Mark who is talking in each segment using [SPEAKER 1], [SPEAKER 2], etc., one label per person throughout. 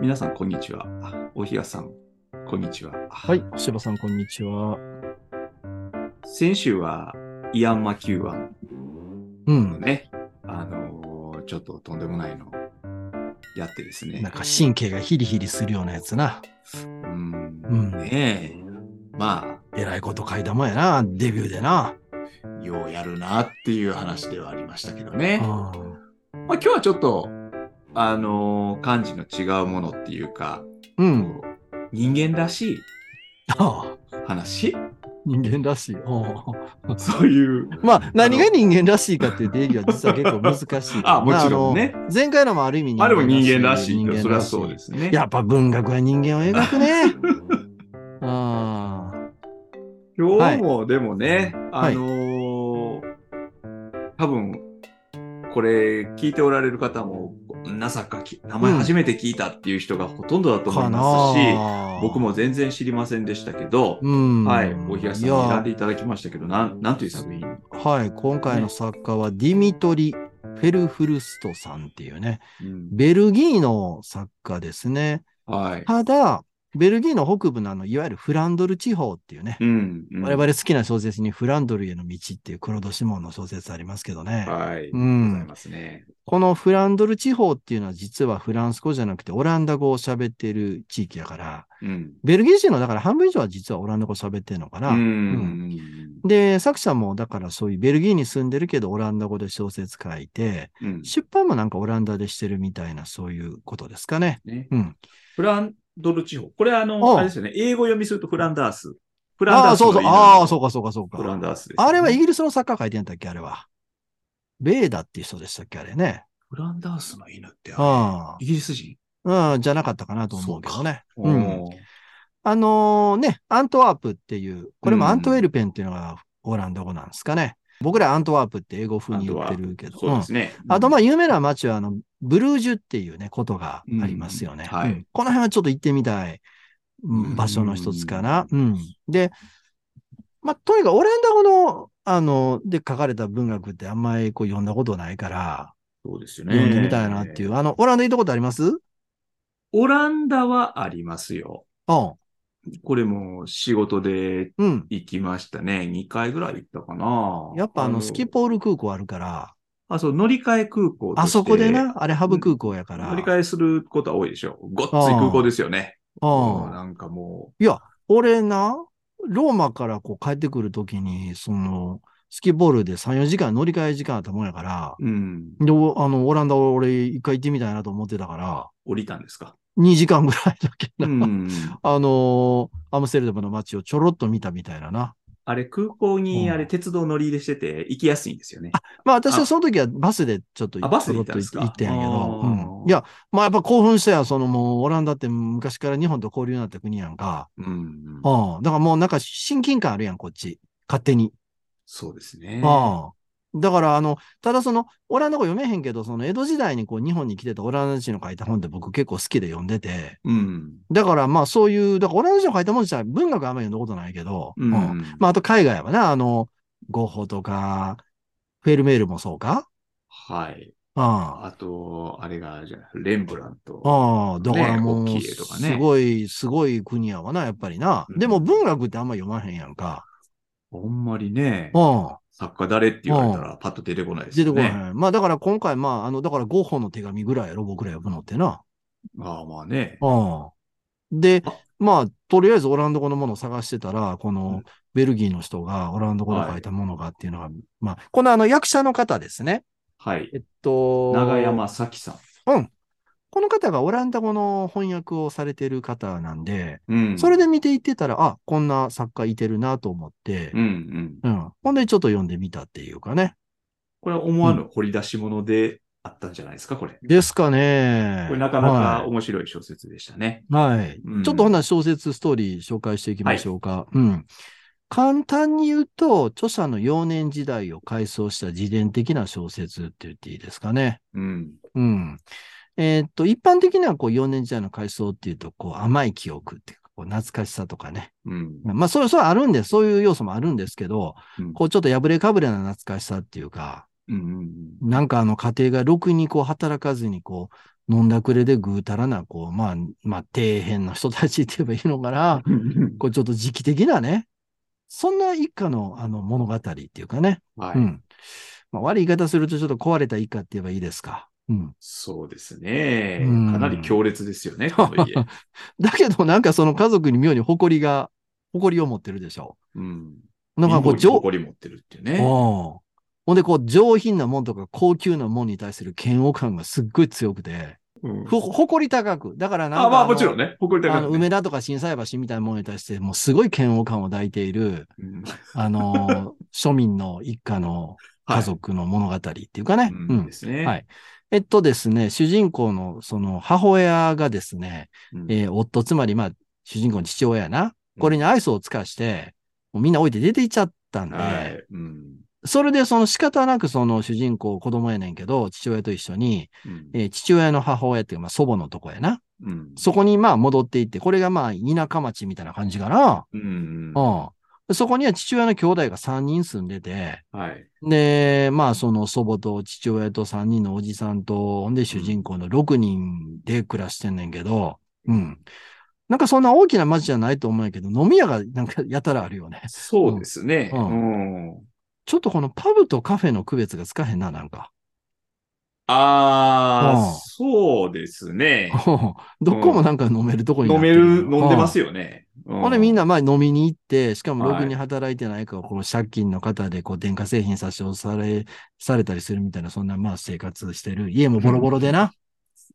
[SPEAKER 1] 皆さん、こんにちは。おひやさん、こんにちは。
[SPEAKER 2] はい、星葉さん、こんにちは。
[SPEAKER 1] 先週は、イアン・マキューアン
[SPEAKER 2] う
[SPEAKER 1] の
[SPEAKER 2] ん。
[SPEAKER 1] ね、あのーちょっととんでもないのやってですね
[SPEAKER 2] なん。か神経がヒリヒリするようなやつな。
[SPEAKER 1] う、
[SPEAKER 2] うんん
[SPEAKER 1] ねえ。ま
[SPEAKER 2] えらいこと買い玉やな、デビューでな。
[SPEAKER 1] あ、ようやるなっていう話ではありましたけどね。
[SPEAKER 2] う
[SPEAKER 1] まあ、
[SPEAKER 2] ん。
[SPEAKER 1] 今日はちょっと、あのー、漢字の違うものっていうか、
[SPEAKER 2] うん。
[SPEAKER 1] こう人間らしい
[SPEAKER 2] ああ、
[SPEAKER 1] 話
[SPEAKER 2] 人間らしい。おう
[SPEAKER 1] そういう。。
[SPEAKER 2] まあ、何が人間らしいかっていう定義は実は結構難しい
[SPEAKER 1] あもちろんね
[SPEAKER 2] あの。前回のもある意味
[SPEAKER 1] あれも人間らしいって、それはそう
[SPEAKER 2] す
[SPEAKER 1] ですね。
[SPEAKER 2] やっぱ文学は人間を描くね。 ああ。
[SPEAKER 1] 今日もでもね、
[SPEAKER 2] はい
[SPEAKER 1] あのー多分これ聞いておられる方もこんな作家き名前初めて聞いたっていう人がほとんどだと思い
[SPEAKER 2] かな
[SPEAKER 1] ますし、
[SPEAKER 2] あ
[SPEAKER 1] 僕。も全然知りませんでしたけど、
[SPEAKER 2] うん。
[SPEAKER 1] はい、お東さんに
[SPEAKER 2] い
[SPEAKER 1] 選
[SPEAKER 2] や
[SPEAKER 1] んでいただきましたけど、なんなんという作品
[SPEAKER 2] はい、今回の作家はディミトリ・フェルフルストさんっていうね、
[SPEAKER 1] うん
[SPEAKER 2] ベルギーの作家ですね。
[SPEAKER 1] はい。
[SPEAKER 2] ただ、ベルギーの北部のあの、いわゆるフランドル地方っていうね、
[SPEAKER 1] うん、うん
[SPEAKER 2] 我々好きな小説にフランドルへの道っていう黒戸シモンの小説ありますけどね。
[SPEAKER 1] はい、
[SPEAKER 2] う
[SPEAKER 1] ござい
[SPEAKER 2] ん。
[SPEAKER 1] ますね。
[SPEAKER 2] このフランドル地方っていうのは実はフランス語じゃなくてオランダ語を喋ってる地域やから、
[SPEAKER 1] うん。
[SPEAKER 2] ベルギー人のだから半分以上は実はオランダ語喋ってるのかな。
[SPEAKER 1] うん
[SPEAKER 2] で、作者もだからそういうベルギーに住んでるけどオランダ語で小説書いて、
[SPEAKER 1] うん
[SPEAKER 2] 出版もなんかオランダでしてるみたいなそういうことですかね。
[SPEAKER 1] ね
[SPEAKER 2] うん。
[SPEAKER 1] フランドル地方。これあ
[SPEAKER 2] う
[SPEAKER 1] の、
[SPEAKER 2] ん
[SPEAKER 1] あれですよね。英語読みするとフランダース。フラン
[SPEAKER 2] あ
[SPEAKER 1] ダ
[SPEAKER 2] あ、
[SPEAKER 1] ース
[SPEAKER 2] そ
[SPEAKER 1] の
[SPEAKER 2] うそう。
[SPEAKER 1] 犬
[SPEAKER 2] ああ、そうかそうかそう
[SPEAKER 1] フラン
[SPEAKER 2] か。
[SPEAKER 1] ダースですよね、
[SPEAKER 2] あれはイギリスの作家書いてんだっけあれは。ベーダっていう人でしたっけあれね。
[SPEAKER 1] フランダースの犬ってあれ
[SPEAKER 2] あ
[SPEAKER 1] イギリス人
[SPEAKER 2] あ。うん、じゃなかったかなと思うけどね。う
[SPEAKER 1] お
[SPEAKER 2] ん。
[SPEAKER 1] ー
[SPEAKER 2] あのね、アントワープっていう、これもアントウェルペンっていうのがオランダ語なんですかね。僕らアントワープって英語風に言ってるけど。
[SPEAKER 1] そうですね。
[SPEAKER 2] あと、まあ、有名な街は、あの、ブルージュっていうね、ことがありますよね。
[SPEAKER 1] うんはい
[SPEAKER 2] うんこの辺はちょっと行ってみたいうん場所の一つかな。うん。で、まあ、とにかくオランダ語の、あの、で書かれた文学ってあんまりこう読んだことないから、
[SPEAKER 1] そうですよね。
[SPEAKER 2] 読んでみたいなっていう。
[SPEAKER 1] う。
[SPEAKER 2] あの、オランダ行ったことありますうん。
[SPEAKER 1] オランダはありますよ。これも仕事で
[SPEAKER 2] うん。
[SPEAKER 1] 行きましたね。2回ぐらい行ったかな。
[SPEAKER 2] やっぱあの、スキポール空港あるから、
[SPEAKER 1] あ、そう、乗り換え空港として
[SPEAKER 2] あそこで。な、あれハブ空港やから。
[SPEAKER 1] 乗り換えすることは多いでしょう。ごっつい空港ですよね。もう
[SPEAKER 2] うん。
[SPEAKER 1] なんかも
[SPEAKER 2] 俺な、ローマからこう帰ってくるときに、その、スキーボールで3、4時間乗り換え時間あったもんやから、
[SPEAKER 1] う、うん、
[SPEAKER 2] で、おあの、オランダ俺一回行ってみたいなと思ってたから、
[SPEAKER 1] 降りたんです か。
[SPEAKER 2] 2時間ぐらいだけ
[SPEAKER 1] う
[SPEAKER 2] な、
[SPEAKER 1] ん。
[SPEAKER 2] あのーアムステルダムの街をちょろっと見たみたいなな。
[SPEAKER 1] あれ、空港に、
[SPEAKER 2] うん
[SPEAKER 1] あれ、鉄道乗り入れしてて、行きやすいんですよね。
[SPEAKER 2] まあ私はその時はバスでちょっと
[SPEAKER 1] あバスで
[SPEAKER 2] ちょ
[SPEAKER 1] 行
[SPEAKER 2] ろ
[SPEAKER 1] っんで
[SPEAKER 2] ったと行
[SPEAKER 1] す
[SPEAKER 2] って
[SPEAKER 1] か
[SPEAKER 2] 行ったんやけど、
[SPEAKER 1] あー
[SPEAKER 2] うんいや、まあやっぱ興奮したやん、そのもうオランダって昔から日本と交流になった国やんか。
[SPEAKER 1] うん。
[SPEAKER 2] うん。だからもうなんか親近感あるやん、こっち。勝手に。
[SPEAKER 1] そうですね。
[SPEAKER 2] ああ。だから、あの、ただその、オランダ語読めへんけど、その江戸時代にこう日本に来てたオランダ人の書いた本って僕結構好きで読んでて、
[SPEAKER 1] うん。
[SPEAKER 2] だからまあそういう、だからオランダ人の書いた本自体文学はあんまり読んだことないけど、
[SPEAKER 1] うん。
[SPEAKER 2] うんまああと海外はな、あの、ゴッホとか、フェルメールもそうか
[SPEAKER 1] はい。
[SPEAKER 2] ああ。
[SPEAKER 1] あと、あれが、じゃあレンブラント。
[SPEAKER 2] ああ、だからもう、
[SPEAKER 1] ね大きい絵とかね
[SPEAKER 2] すごい、すごい国やわな、やっぱりな。
[SPEAKER 1] うん
[SPEAKER 2] でも文学ってあんま読まへんやんか。
[SPEAKER 1] あんまりね、
[SPEAKER 2] うん。
[SPEAKER 1] 作家誰って言われたら、パッと出てこないです
[SPEAKER 2] 出て
[SPEAKER 1] よ
[SPEAKER 2] こへ
[SPEAKER 1] ね。
[SPEAKER 2] ん。まあだから今回、まあ、あの、だからゴッホの手紙ぐらいやろ、僕ら読むのってな。
[SPEAKER 1] ああ、まあね。
[SPEAKER 2] うん。で
[SPEAKER 1] あ、
[SPEAKER 2] まあ、とりあえずオランダ語のものを探してたら、こ
[SPEAKER 1] うん
[SPEAKER 2] のベルギーの人がオランダ語で書いたものがっていうのが、まあ、このあの役者の方ですね。
[SPEAKER 1] はい。
[SPEAKER 2] えっと、
[SPEAKER 1] 長山咲さ
[SPEAKER 2] この方がオランダ語の翻訳をされてる方なんで、
[SPEAKER 1] ん。うん。
[SPEAKER 2] それで見ていってたら、あ、こんな作家いてるなと思って
[SPEAKER 1] うん、うん。
[SPEAKER 2] うん、ほんでちょっと読んでみたっていうかね。
[SPEAKER 1] これは思わぬ掘り出し物であったんじゃないですか、これ。
[SPEAKER 2] ですかね。
[SPEAKER 1] これなかな
[SPEAKER 2] はい
[SPEAKER 1] か面白い小説でしたね。
[SPEAKER 2] はい。
[SPEAKER 1] うん
[SPEAKER 2] ちょっとほな小説ストーリー紹介していきましょうか。うん。簡単に言うと、著者の幼年時代を回想した自伝的な小説って言っていいですかね。
[SPEAKER 1] うん。
[SPEAKER 2] うん。えーっと、一般的にはこう幼年時代の回想っていうと、こう甘い記憶っていうか、こう懐かしさとかね。
[SPEAKER 1] うん。
[SPEAKER 2] まあ、それ、それあるんです。そういう要素もあるんですけど、
[SPEAKER 1] うん
[SPEAKER 2] こうちょっと破れかぶれな懐かしさっていうか、
[SPEAKER 1] うん。うん
[SPEAKER 2] なんかあの家庭がろくにこう働かずにこう、飲んだくれでぐうたらな、こう、まあ、まあ、底辺の人たちって言えばいいのかな、 こう、ちょっと時期的なね、そんな一家の、あの、物語っていうかね、
[SPEAKER 1] は
[SPEAKER 2] う
[SPEAKER 1] い。
[SPEAKER 2] ん。まあ、悪い言い方すると、ちょっと壊れた一家って言えばいいですか。うん。
[SPEAKER 1] そうですね
[SPEAKER 2] うん。
[SPEAKER 1] かなり強烈です よね、この家。
[SPEAKER 2] だけど、なんかその家族に妙に誇りが、誇りを持ってるでしょ。
[SPEAKER 1] うん。
[SPEAKER 2] なんかこう、
[SPEAKER 1] 貧乏に
[SPEAKER 2] 上、
[SPEAKER 1] 誇り持ってるっていうね。
[SPEAKER 2] おほんで、こう、上品なもんとか高級なもんに対する嫌悪感がすっごい強くて、
[SPEAKER 1] うん
[SPEAKER 2] ほ、誇り高く。だからなんか
[SPEAKER 1] あ、まあ
[SPEAKER 2] の
[SPEAKER 1] もちろんね。誇り
[SPEAKER 2] あ
[SPEAKER 1] 高
[SPEAKER 2] の、
[SPEAKER 1] くね。
[SPEAKER 2] 梅田とか心斎橋みたいなものに対して、もうすごい嫌悪感を抱いている、
[SPEAKER 1] うん
[SPEAKER 2] あ のー、庶民の一家の
[SPEAKER 1] はい
[SPEAKER 2] 家族の物語っていうかね。う
[SPEAKER 1] うん
[SPEAKER 2] ん
[SPEAKER 1] で。すね。
[SPEAKER 2] はいえっとですね、主人公のその母親がですね、
[SPEAKER 1] うん
[SPEAKER 2] えー夫、つまりまあ、主人公の父親やな。これに愛想を尽かして、もうみんな置いて出ていっちゃったんで、
[SPEAKER 1] はい。うん。
[SPEAKER 2] それでその仕方なくその主人公、子供やねんけど、父親と一緒に、
[SPEAKER 1] うん
[SPEAKER 2] えー父親の母親っていうか、まあ、祖母のとこやな。
[SPEAKER 1] うん
[SPEAKER 2] そこにまあ戻っていって、これがまあ田舎町みたいな感じかな。
[SPEAKER 1] うん。
[SPEAKER 2] うん。そこには父親の兄弟が3人住んでて、
[SPEAKER 1] はい。
[SPEAKER 2] で、まあその祖母と父親と3人のおじさんと、ほんで主人公の6人で暮らしてんねんけど、うん。なんかそんな大きな町じゃないと思うんやけど、飲み屋がなんかやたらあるよね。
[SPEAKER 1] そうですね。
[SPEAKER 2] う
[SPEAKER 1] うんん。
[SPEAKER 2] ちょっとこのパブとカフェの区別がつかへんな、なんか。
[SPEAKER 1] あ
[SPEAKER 2] うん
[SPEAKER 1] あ、そうですね。
[SPEAKER 2] どこもなんか飲めるとこにな
[SPEAKER 1] 飲
[SPEAKER 2] っ
[SPEAKER 1] め
[SPEAKER 2] て
[SPEAKER 1] る、飲んでます
[SPEAKER 2] よ。
[SPEAKER 1] よね。
[SPEAKER 2] ほ
[SPEAKER 1] こ
[SPEAKER 2] んでみんな、まあ飲みに行って、しかもろ
[SPEAKER 1] は
[SPEAKER 2] く
[SPEAKER 1] い
[SPEAKER 2] に働いてないから、この借金の方でこう電化製品差し押され、されたりするみたいな、そんなまあ生活してる。家もボロボロでな。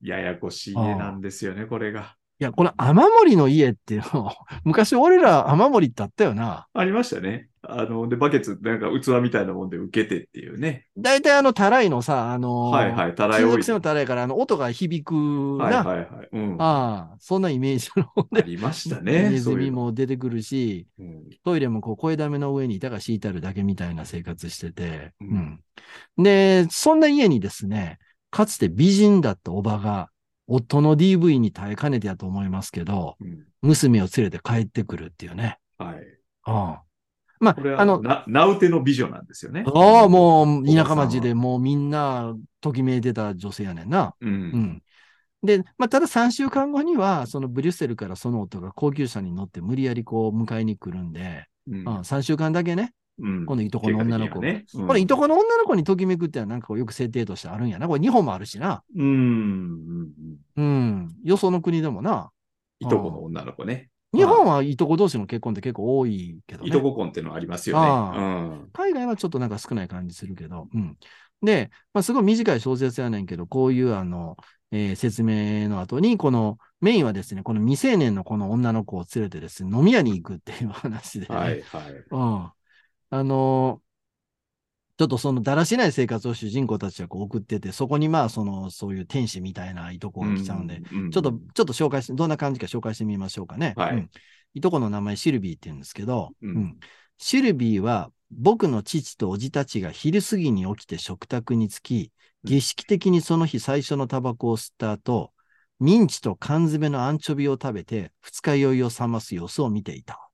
[SPEAKER 1] ややこしい家なんですよね、これが。
[SPEAKER 2] いや、この雨漏りの家っていうの、 昔俺ら雨漏りってあったよな。
[SPEAKER 1] ありましたね。あの、で、バケツ、なんか器みたいなもんで受けてっていうね。
[SPEAKER 2] 大体あの、たらいのさ、あのー、
[SPEAKER 1] はいはい、たらい置
[SPEAKER 2] 金属
[SPEAKER 1] いて。
[SPEAKER 2] 製の
[SPEAKER 1] は
[SPEAKER 2] たらいから、あの、音が響くな。
[SPEAKER 1] いはいはい。うん。あ
[SPEAKER 2] ああ、そんなイメージの。
[SPEAKER 1] りましたね。
[SPEAKER 2] ネズ
[SPEAKER 1] そうい
[SPEAKER 2] ミ
[SPEAKER 1] うの
[SPEAKER 2] も出てくるし、
[SPEAKER 1] うん
[SPEAKER 2] トイレもこう、声だめの上に板が敷いてあるだけみたいな生活してて、
[SPEAKER 1] う
[SPEAKER 2] うん
[SPEAKER 1] ん。
[SPEAKER 2] で、そんな家にですね、かつて美人だったおばが、夫の DV に耐えかねてやと思いますけど、
[SPEAKER 1] うん
[SPEAKER 2] 娘を連れて帰ってくるっていうね。
[SPEAKER 1] はい。
[SPEAKER 2] うん。まあ
[SPEAKER 1] これ、は、
[SPEAKER 2] あ
[SPEAKER 1] あの、
[SPEAKER 2] の、
[SPEAKER 1] な名うての美女なんですよね。
[SPEAKER 2] ああ、
[SPEAKER 1] う。
[SPEAKER 2] もう、田舎
[SPEAKER 1] おばさ
[SPEAKER 2] 町
[SPEAKER 1] ん
[SPEAKER 2] で
[SPEAKER 1] は
[SPEAKER 2] もうみんな、ときめいてた女性やねんな。
[SPEAKER 1] う。
[SPEAKER 2] うんん。で、まあ、ただ3週間後には、そのブリュッセルからその夫が高級車に乗って無理やりこう迎えに来るんで、
[SPEAKER 1] うん
[SPEAKER 2] うん、3週間だけね、
[SPEAKER 1] うん
[SPEAKER 2] 今度いとこの女の
[SPEAKER 1] 結果
[SPEAKER 2] 子。
[SPEAKER 1] 的にはね。
[SPEAKER 2] これ、いと
[SPEAKER 1] こ。
[SPEAKER 2] この女の子にときめくってのはなんかこうよく設定としてあるんやな。これ日本もあるしな。
[SPEAKER 1] うんうん。うん
[SPEAKER 2] うん。よその国でもな。
[SPEAKER 1] いとこの女の子ね。
[SPEAKER 2] 日本はいとこ同士の結婚って結構多いけどね。
[SPEAKER 1] いとこ婚ってのありますよ
[SPEAKER 2] ああ
[SPEAKER 1] ね。
[SPEAKER 2] 海外はちょっとなんか少ない感じするけど。うん。で、まあ、すごい短い小説やねんけど、こういうあの、えー説明の後に、このメインはですね、この未成年のこの女の子を連れてですね、飲み屋に行くっていう話で、
[SPEAKER 1] うん。はいはい。
[SPEAKER 2] うん。あのちょっとそのだらしない生活を主人公たちはこう送ってて、そこにまあその、そういう天使みたいないとこが来ちゃうんで、
[SPEAKER 1] うん
[SPEAKER 2] ちょっと、ちょっと紹介して、どんな感じか紹介してみましょうかね。
[SPEAKER 1] はい
[SPEAKER 2] うんいとこの名前シルビーって言うんですけど、
[SPEAKER 1] うん
[SPEAKER 2] シルビーは僕の父とおじたちが昼過ぎに起きて食卓に着き、儀式的にその日最初のタバコを吸った後、ミンチと缶詰のアンチョビを食べて、二日酔いを覚ます様子を見ていた。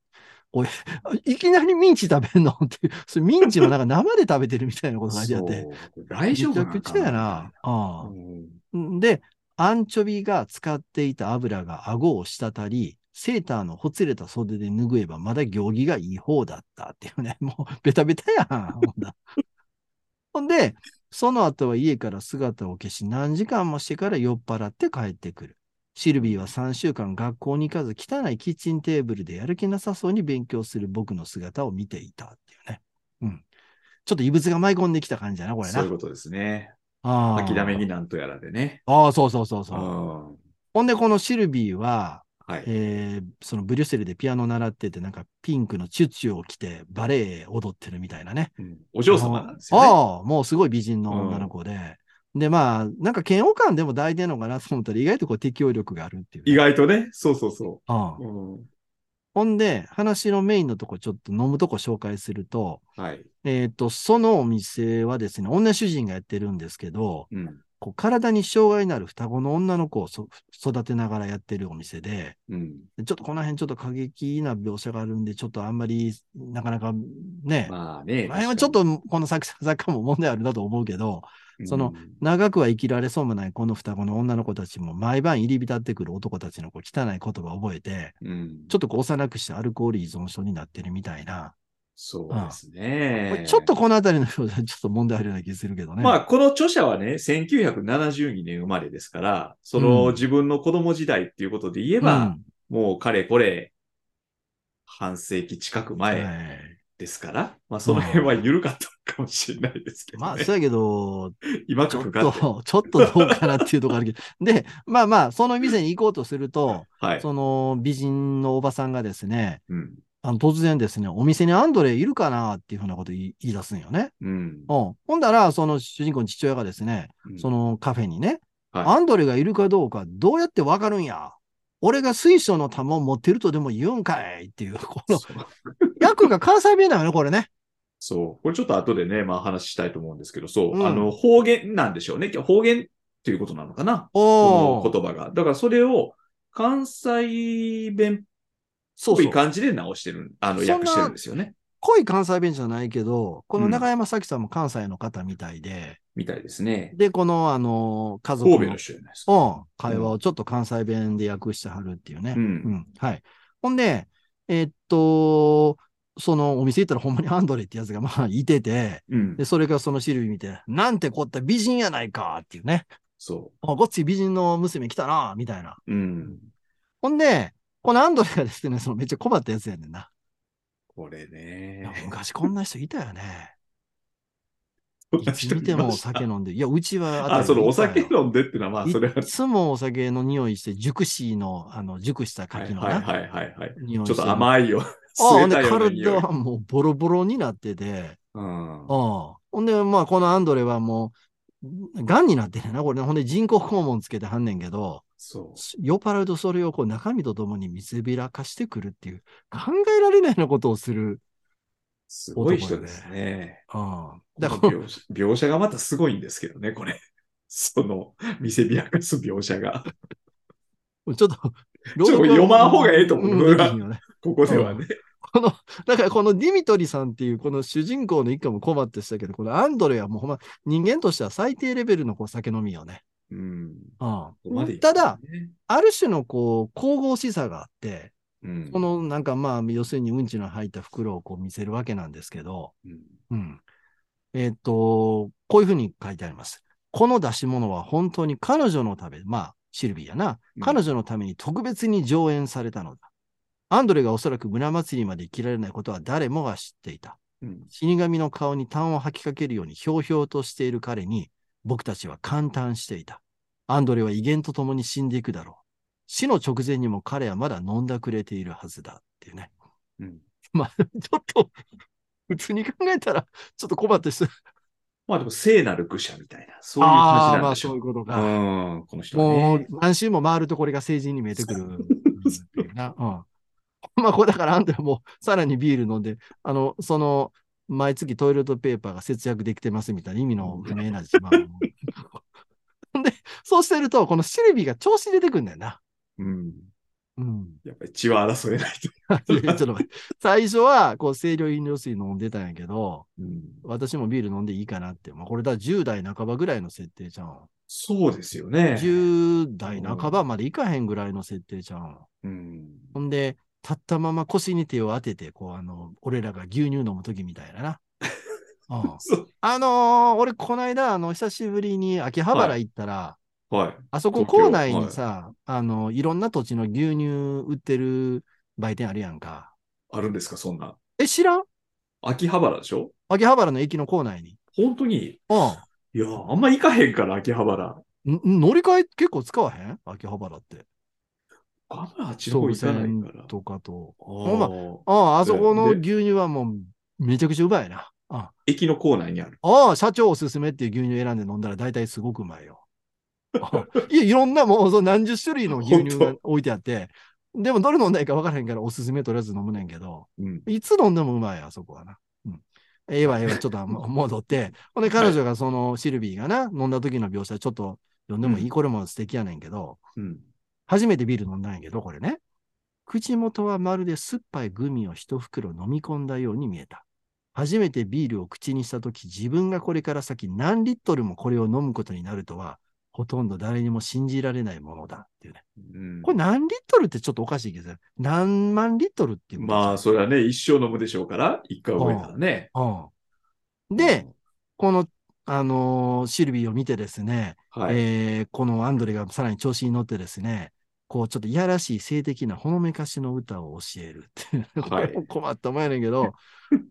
[SPEAKER 2] おい、 いきなりミンチ食べんのっていう、それミンチもなんか生で食べてるみたいなことが書いてあって。
[SPEAKER 1] そう。大丈夫な
[SPEAKER 2] め
[SPEAKER 1] の
[SPEAKER 2] ちゃ
[SPEAKER 1] か
[SPEAKER 2] くちゃやな。ああ
[SPEAKER 1] うん
[SPEAKER 2] で、アンチョビが使っていた油が顎を滴り、セーターのほつれた袖で拭えばまだ行儀がいい方だったっていうね、 もうベタベタやん。ほんな ほんで、その後は家から姿を消し、何時間もしてから酔っ払って帰ってくる。シルビーは3週間学校に行かず汚いキッチンテーブルでやる気なさそうに勉強する僕の姿を見ていたっていうね。うん。ちょっと異物が舞い込んできた感じだな、これな。
[SPEAKER 1] そういうことですね。
[SPEAKER 2] あー
[SPEAKER 1] 諦めになんとやらでね。
[SPEAKER 2] ああ、そうそうそう
[SPEAKER 1] う
[SPEAKER 2] そう。
[SPEAKER 1] ん。
[SPEAKER 2] ほんで、このシルビーは、
[SPEAKER 1] はい。
[SPEAKER 2] えーそのブリュッセルでピアノ習ってて、なんかピンクのチュチュを着てバレエ踊ってるみたいなね。
[SPEAKER 1] うんお嬢様なんです
[SPEAKER 2] あ
[SPEAKER 1] よね。
[SPEAKER 2] のああ、もうすごい美人の女の子で。で、まあ、なんか嫌悪感でも抱いてんのかなと思ったら、意外とこう適応力があるっていうね、
[SPEAKER 1] 意外とね。そうそうそ
[SPEAKER 2] ああ
[SPEAKER 1] う。うん
[SPEAKER 2] ほんで、話のメインのとこちょっと飲むとこ紹介すると、
[SPEAKER 1] はい。
[SPEAKER 2] えっ、と、そのお店はですね、女主人がやってるんですけど、
[SPEAKER 1] うん
[SPEAKER 2] こう体に障害のある双子の女の子をそ育てながらやってるお店で、
[SPEAKER 1] うん。
[SPEAKER 2] でちょっとこの辺ちょっと過激な描写があるんで、ちょっとあんまり、なかなかね、
[SPEAKER 1] まあね。
[SPEAKER 2] あれはちょっとこの作作家も問題あるなと思うけど、
[SPEAKER 1] うん、
[SPEAKER 2] その長くは生きられそうもないこの双子の女の子たちも毎晩入り浸ってくる男たちのこう汚い言葉を覚えて、
[SPEAKER 1] うん、
[SPEAKER 2] ちょっとこう幼くしてアルコール依存症になってるみたいな、
[SPEAKER 1] そうですね。
[SPEAKER 2] これちょっとこのあたりの表情、ちょっと問題あるような気がするけどね。
[SPEAKER 1] まあ、この著者はね、1972年生まれですから、その
[SPEAKER 2] うん
[SPEAKER 1] 自分の子供時代っていうことで言えば、もうかれこれ、半世紀近く
[SPEAKER 2] うん
[SPEAKER 1] 前
[SPEAKER 2] はい
[SPEAKER 1] ですから、まあ、その辺は緩かったかもしれないですけど、ね。
[SPEAKER 2] まあ、そうや けど、
[SPEAKER 1] 今
[SPEAKER 2] ち
[SPEAKER 1] か
[SPEAKER 2] ょっ
[SPEAKER 1] かかって。
[SPEAKER 2] と、ちょっとどうかなっていうところあるけど。で、まあまあ、その店に行こうとすると、
[SPEAKER 1] はい。
[SPEAKER 2] その美人のおばさんがですね、
[SPEAKER 1] うん。
[SPEAKER 2] あの突然ですね、お店にアンドレいるかなっていうふうなこと言い言い出すんよね。
[SPEAKER 1] うん。
[SPEAKER 2] うん。ほんだら、その主人公の父親がですね、
[SPEAKER 1] うん
[SPEAKER 2] そのカフェにね、
[SPEAKER 1] はい
[SPEAKER 2] アンドレがいるかどうかどうやってわかるんや俺が水晶の玉を持ってるとでも言うんかいっていう、 この
[SPEAKER 1] そう
[SPEAKER 2] 役が関西弁なのね、これね。
[SPEAKER 1] そう。これちょっと後でね、まあ話したいと思うんですけど、そう。
[SPEAKER 2] うん
[SPEAKER 1] あの、方言なんでしょうね。方言っていうことなのかな。こ
[SPEAKER 2] おお
[SPEAKER 1] の。言葉が。だからそれを関西弁っ
[SPEAKER 2] そう
[SPEAKER 1] ぽ
[SPEAKER 2] そ。
[SPEAKER 1] いう感じで直してる、あの、
[SPEAKER 2] そん
[SPEAKER 1] 訳
[SPEAKER 2] な
[SPEAKER 1] してるんですよね。
[SPEAKER 2] 濃い関西弁じゃないけど、この
[SPEAKER 1] うん
[SPEAKER 2] 中山咲さんも関西の方みたいで、
[SPEAKER 1] みたいですね。
[SPEAKER 2] で、この、あの、家族
[SPEAKER 1] 神
[SPEAKER 2] の
[SPEAKER 1] 戸の人じゃないですか。
[SPEAKER 2] うん会話をちょっと関西弁で訳してはるっていうね。
[SPEAKER 1] う。
[SPEAKER 2] うんん、はい。ほんで、えっと、そのお店行ったらほんまにアンドレってやつがまあいてて、
[SPEAKER 1] うん
[SPEAKER 2] で、。それからそのシルビー見て、なんてこった美人やないかっていうね。
[SPEAKER 1] そ
[SPEAKER 2] あごっつい美人の娘来たな、みたいな。
[SPEAKER 1] う。うん。
[SPEAKER 2] ほんで、このアンドレがですね、そのめっちゃ困ったやつやねんな。
[SPEAKER 1] これ
[SPEAKER 2] いや
[SPEAKER 1] ね。
[SPEAKER 2] 昔こんな人いたよね。
[SPEAKER 1] こん
[SPEAKER 2] い
[SPEAKER 1] な
[SPEAKER 2] つ
[SPEAKER 1] 人
[SPEAKER 2] 見て
[SPEAKER 1] い
[SPEAKER 2] もお
[SPEAKER 1] ました
[SPEAKER 2] 酒飲んでる。いや、うちは
[SPEAKER 1] あ、 そのお酒
[SPEAKER 2] の。
[SPEAKER 1] 飲んでってのは、まあ、それはい
[SPEAKER 2] つもお酒の匂いして、熟しの、あの、熟した
[SPEAKER 1] はい
[SPEAKER 2] 柿の
[SPEAKER 1] はい
[SPEAKER 2] な、
[SPEAKER 1] はいはいはい。
[SPEAKER 2] 匂い
[SPEAKER 1] ちょ
[SPEAKER 2] し。
[SPEAKER 1] ってと甘いよ。
[SPEAKER 2] あほ
[SPEAKER 1] 吸
[SPEAKER 2] ん
[SPEAKER 1] え
[SPEAKER 2] で
[SPEAKER 1] たような
[SPEAKER 2] 体
[SPEAKER 1] 匂い。
[SPEAKER 2] はもうボロボロになってて、
[SPEAKER 1] うん。
[SPEAKER 2] ああほんで、まあ、このアンドレはもう、癌になってるな、これね。ほんで、人工肛門つけてはんねんけど、
[SPEAKER 1] そ
[SPEAKER 2] 酔っ払うとそれをこう中身とともに見せびらかしてくるっていう、考えられないようなことをする。
[SPEAKER 1] う。すごい人ですね。
[SPEAKER 2] ああだ
[SPEAKER 1] だ
[SPEAKER 2] から
[SPEAKER 1] から描写描写がまたすごいんですけどね、これ。 その、見せびらかす描写が。
[SPEAKER 2] ちょっと、
[SPEAKER 1] ょ読まん方がええと思う
[SPEAKER 2] うんできひんよね
[SPEAKER 1] ここではね。
[SPEAKER 2] この、だからこのディミトリさんっていう、この主人公の一家も困ってしたけど、このアンドレはもうほんま、人間としては最低レベルのこう酒飲みよね。
[SPEAKER 1] うん。
[SPEAKER 2] あ
[SPEAKER 1] ここまでいくね
[SPEAKER 2] ただ、、ある種のこう、神々しさがあって、
[SPEAKER 1] うん
[SPEAKER 2] こ、のなんかまあ、要するにうんちの入った袋をこう見せるわけなんですけど、
[SPEAKER 1] うん
[SPEAKER 2] うん。えっ、と、こういうふうに書いてあります。この出し物は本当に彼女のため、まあ、シルビーやな
[SPEAKER 1] う、ん
[SPEAKER 2] 彼女のために特別に上演されたのだ。アンドレがおそらく村祭りまで生きられないことは誰もが知っていた。
[SPEAKER 1] うん
[SPEAKER 2] 死神の顔に痰を吐きかけるようにひょうひょうとしている彼に、僕たちは感嘆していた。アンドレは威厳とともに死んでいくだろう。死の直前にも彼はまだ飲んだくれているはずだ。っていうね。
[SPEAKER 1] うん
[SPEAKER 2] まあ、ちょっと、普通に考えたら、ちょっと困ってし
[SPEAKER 1] まあでも、聖なる愚者みたいな、そういう感じ
[SPEAKER 2] ま
[SPEAKER 1] なん
[SPEAKER 2] あ
[SPEAKER 1] でし
[SPEAKER 2] そう
[SPEAKER 1] ょ
[SPEAKER 2] い
[SPEAKER 1] う。
[SPEAKER 2] うことか。
[SPEAKER 1] うん、この人は
[SPEAKER 2] もう
[SPEAKER 1] ね。
[SPEAKER 2] 何周も回るとこれが成人に見えてくる。うんなうん、まあこれだからあんたはもうさらにビール飲んで、あの、その、毎月トイレットペーパーが節約できてますみたいな意味の不明な自慢を。ほん で、そうしてると、このシルビーが調子出てくんだよな。
[SPEAKER 1] うん。
[SPEAKER 2] うん。
[SPEAKER 1] やっぱり血は争えないと。
[SPEAKER 2] いやちょっと待って最初は、こう、清涼飲料水飲んでたんやけど、
[SPEAKER 1] うん
[SPEAKER 2] 私もビール飲んでいいかなって。まあ、これだ、10代半ばぐらいの設定じゃん。
[SPEAKER 1] そうですよね。
[SPEAKER 2] 10代半ばまでいかへんぐらいの設定じゃん。
[SPEAKER 1] うん。
[SPEAKER 2] ほんで、立ったまま腰に手を当てて、こう、あの、俺らが牛乳飲むときみたい なな。うん
[SPEAKER 1] そう
[SPEAKER 2] あのー俺、この間、あの、久しぶりに秋葉原
[SPEAKER 1] は
[SPEAKER 2] 行ったら、
[SPEAKER 1] はい。
[SPEAKER 2] あそこ
[SPEAKER 1] 東京
[SPEAKER 2] 構内にさ、あの、いろんな土地の牛乳売ってる売店あるやんか。
[SPEAKER 1] あるんですか、そんな。
[SPEAKER 2] え、知らん
[SPEAKER 1] 秋葉原でしょ
[SPEAKER 2] 秋葉原の駅の構内に。
[SPEAKER 1] 本当に。
[SPEAKER 2] う
[SPEAKER 1] いや、あんま行かへんから、秋葉原。
[SPEAKER 2] ん。ん乗り換え結構使わへん秋葉原って。
[SPEAKER 1] あんまあっちの方行かない
[SPEAKER 2] 総武
[SPEAKER 1] か
[SPEAKER 2] 線
[SPEAKER 1] ら。
[SPEAKER 2] とかと。
[SPEAKER 1] ほ
[SPEAKER 2] ああ、あそこの
[SPEAKER 1] で
[SPEAKER 2] 牛乳はもうめちゃくちゃうまいな。あ
[SPEAKER 1] 駅の構内にある。
[SPEAKER 2] ああ、社長おすすめっていう牛乳選んで飲んだら大体すごくうまいよ。 あいや、いろんなもうその何十種類の牛乳が
[SPEAKER 1] 本
[SPEAKER 2] 置いてあって、でもどれ飲んだらいいか分からへんからおすすめとりあえず飲むねんけど、
[SPEAKER 1] うん。
[SPEAKER 2] いつ飲んでもうまいよ、あそこはな。うんええわ、ええわ、ちょっとあも戻って。ほんで、彼女がその、シルビーがな、飲んだ時の描写、ちょっと読んでもいい、
[SPEAKER 1] うん
[SPEAKER 2] これも素敵やねんけど、
[SPEAKER 1] うん。
[SPEAKER 2] 初めてビール飲んだんやけど、これね。口元はまるで酸っぱいグミを一袋飲み込んだように見えた。初めてビールを口にしたとき、自分がこれから先何リットルもこれを飲むことになるとは、ほとんど誰にも信じられないものだっていうね。
[SPEAKER 1] うん、
[SPEAKER 2] これ何リットルってちょっとおかしいけどさ、何万リットルっていうこと
[SPEAKER 1] まあ、それはね、一生飲むでしょうから、一回覚えたらね。
[SPEAKER 2] あ、うん、で、、この、あのーシルビーを見てですね、
[SPEAKER 1] はい。
[SPEAKER 2] えーこのアンドレがさらに調子に乗ってですね、こうちょっといやらしい性的なほのめかしの歌を教えるっていう、こ
[SPEAKER 1] はい
[SPEAKER 2] れも 困ったもんやねんけど、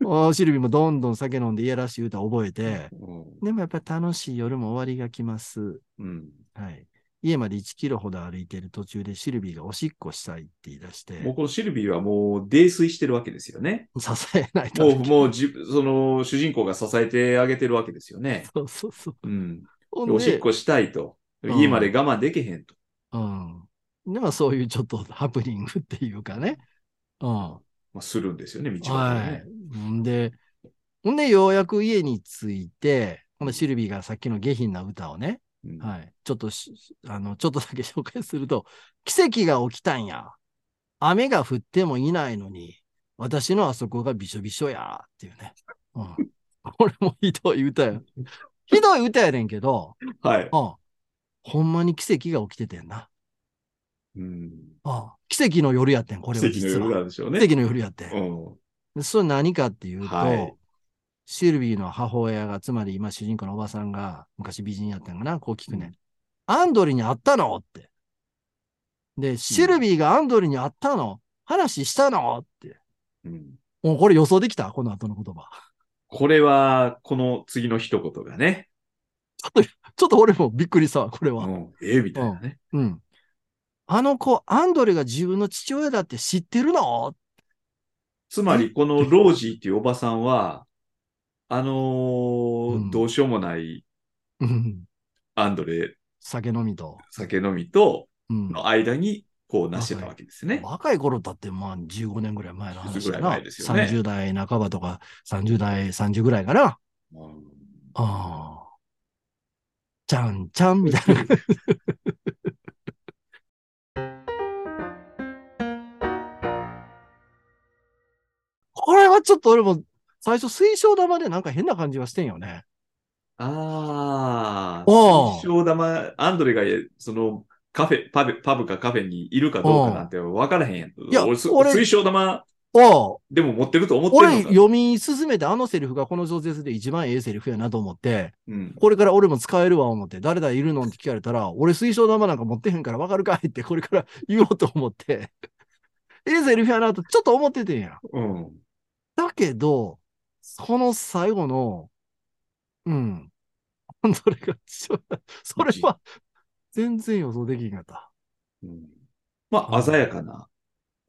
[SPEAKER 2] おーシルビーもどんどん酒飲んでいやらしい歌を覚えて、
[SPEAKER 1] う
[SPEAKER 2] でもやっぱり楽しい夜も終わりが来ます。
[SPEAKER 1] んうん。
[SPEAKER 2] はい。家まで1キロほど歩いてる途中でシルビーがおしっこしたいって言い出して、
[SPEAKER 1] もうこのシルビーはもう泥酔してるわけですよね。
[SPEAKER 2] 支えないと
[SPEAKER 1] も。う、もうじ、その、主人公が支えてあげてるわけですよね。
[SPEAKER 2] そうそうそう。
[SPEAKER 1] うん。
[SPEAKER 2] ほん
[SPEAKER 1] で
[SPEAKER 2] で
[SPEAKER 1] おしっこしたいと。
[SPEAKER 2] うん
[SPEAKER 1] 家まで我慢できへんと。
[SPEAKER 2] うん。で、まあそういうちょっとハプニングっていうかね。うん。は
[SPEAKER 1] まあ、するんですよね、道
[SPEAKER 2] い。
[SPEAKER 1] 端でね。
[SPEAKER 2] ほんで、ほんでようやく家に着いて、ほんでシルビーがさっきの下品な歌をね、
[SPEAKER 1] うん
[SPEAKER 2] はい。ちょっとし、あの、ちょっとだけ紹介すると、奇跡が起きたんや。雨が降ってもいないのに、私のあそこがびしょびしょや。っていうね。うん。 これもひどい歌や。ひどい歌やねんけど、
[SPEAKER 1] はい。
[SPEAKER 2] うん。ほんまに奇跡が起きててんな。
[SPEAKER 1] うん。
[SPEAKER 2] ああ奇跡の夜やってん、これ
[SPEAKER 1] 奇
[SPEAKER 2] は
[SPEAKER 1] 跡の
[SPEAKER 2] 実
[SPEAKER 1] 夜
[SPEAKER 2] は。
[SPEAKER 1] なんでしょう
[SPEAKER 2] 奇
[SPEAKER 1] ね。
[SPEAKER 2] 跡の夜やってん。でそれ何かっていうと、
[SPEAKER 1] はい
[SPEAKER 2] シルビーの母親が、つまり今主人公のおばさんが昔美人やったんかな、こう聞くね。
[SPEAKER 1] うん
[SPEAKER 2] アンドリに会ったのって。で、シルビーがアンドリに会ったの話したのって。
[SPEAKER 1] うん。うん。
[SPEAKER 2] もうこれ予想できたこの後の言葉。
[SPEAKER 1] これは、この次の一言がね。
[SPEAKER 2] ちょっと俺もびっくりさ、これ
[SPEAKER 1] う
[SPEAKER 2] は。
[SPEAKER 1] ん。ええみたいなね。
[SPEAKER 2] うん。あの子、アンドリが自分の父親だって知ってるの
[SPEAKER 1] つまり、このロージーっていうおばさんは、あのー
[SPEAKER 2] うん
[SPEAKER 1] どうしようもない
[SPEAKER 2] うん。
[SPEAKER 1] アンドレ
[SPEAKER 2] 酒飲みと。
[SPEAKER 1] 酒飲みと
[SPEAKER 2] うん。
[SPEAKER 1] の間に、こうなしてたわけですね。
[SPEAKER 2] 若い頃だって、まあ、15年ぐらい前の話
[SPEAKER 1] 15ぐら
[SPEAKER 2] だ
[SPEAKER 1] い
[SPEAKER 2] な。
[SPEAKER 1] 前ですよね
[SPEAKER 2] 30代半ばとか、30代30ぐらいかな。
[SPEAKER 1] うん
[SPEAKER 2] ああ。ちゃんちゃんみたいな。 これはちょっと俺も、最初水晶玉でなんか変な感じはしてんよね。
[SPEAKER 1] あ
[SPEAKER 2] お
[SPEAKER 1] あ
[SPEAKER 2] う、
[SPEAKER 1] 水晶玉、アンドレが、その、カフェ、パブ、パブかカフェにいるかどうかなんて分からへんやん。
[SPEAKER 2] いや
[SPEAKER 1] 俺、す
[SPEAKER 2] 俺
[SPEAKER 1] 水晶玉
[SPEAKER 2] ああ、
[SPEAKER 1] でも持ってると思って
[SPEAKER 2] 俺
[SPEAKER 1] るのか。
[SPEAKER 2] 読み進めてあのセリフがこの小説で一番ええセリフやなと思って、
[SPEAKER 1] うん。
[SPEAKER 2] これから俺も使えるわ思って、誰だいるのって聞かれたら、俺水晶玉なんか持ってへんからわかるかいってこれから言おうと思って、 ええセリフやなとちょっと思っててんや。
[SPEAKER 1] うん。
[SPEAKER 2] だけど、この最後の、うん。それが、ちょそれは、全然予想できんかった。
[SPEAKER 1] うんまあ、鮮やかな、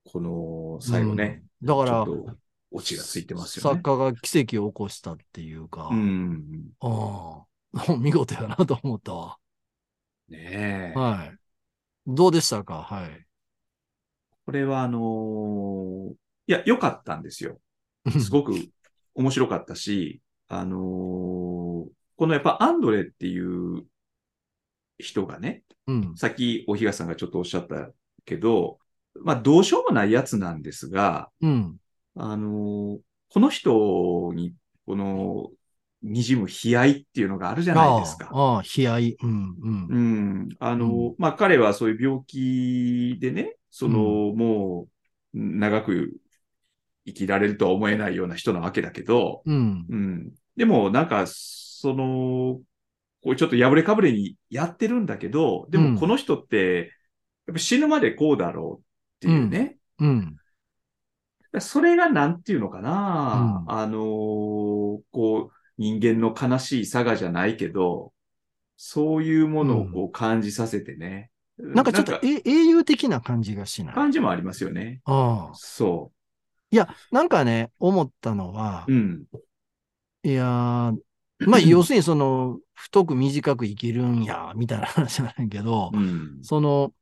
[SPEAKER 1] この、最後ね。
[SPEAKER 2] うん。だか
[SPEAKER 1] ちょ
[SPEAKER 2] ら
[SPEAKER 1] っ、と、オチがついてますよね。
[SPEAKER 2] 作家が奇跡を起こしたっていうか、
[SPEAKER 1] う
[SPEAKER 2] うん、
[SPEAKER 1] ん。
[SPEAKER 2] 見事やなと思ったわ。
[SPEAKER 1] ねえ。
[SPEAKER 2] はい。どうでしたかはい。
[SPEAKER 1] これは、あのーいや、良かったんですよ。す
[SPEAKER 2] い。
[SPEAKER 1] ごく面白かったし、あのーこのやっぱアンドレっていう人がね、
[SPEAKER 2] うん。
[SPEAKER 1] さっきお東さんがちょっとおっしゃったけど、まあ、どうしようもないやつなんですが、
[SPEAKER 2] うん。
[SPEAKER 1] あのーこの人に、この、滲む悲哀っていうのがあるじゃないですか。
[SPEAKER 2] ああ、悲哀。うん、うん。
[SPEAKER 1] うん。あの、
[SPEAKER 2] うん
[SPEAKER 1] まあ、彼はそういう病気でね、その、もう、長く生きられるとは思えないような人なわけだけど、
[SPEAKER 2] うん。
[SPEAKER 1] うん。でも、なんか、その、こうちょっと破れかぶれにやってるんだけど、で
[SPEAKER 2] うん
[SPEAKER 1] もこの人って、やっぱ死ぬまでこうだろうっていうね。
[SPEAKER 2] うん。
[SPEAKER 1] それがなんていうのかな、
[SPEAKER 2] う
[SPEAKER 1] あのーこう、人間の悲しい差がじゃないけど、そういうものをこう感じさせてね。
[SPEAKER 2] なんかちょっと
[SPEAKER 1] なんか
[SPEAKER 2] え英雄的な感じがしない。あ
[SPEAKER 1] 感じもありますよね。
[SPEAKER 2] あ。
[SPEAKER 1] そ
[SPEAKER 2] いや、なんかね、思ったのは
[SPEAKER 1] う。う、ん。
[SPEAKER 2] いやー、 まあ、要するにその、太く短く生きるんや、みたいな話じゃないけど、
[SPEAKER 1] うん。
[SPEAKER 2] その、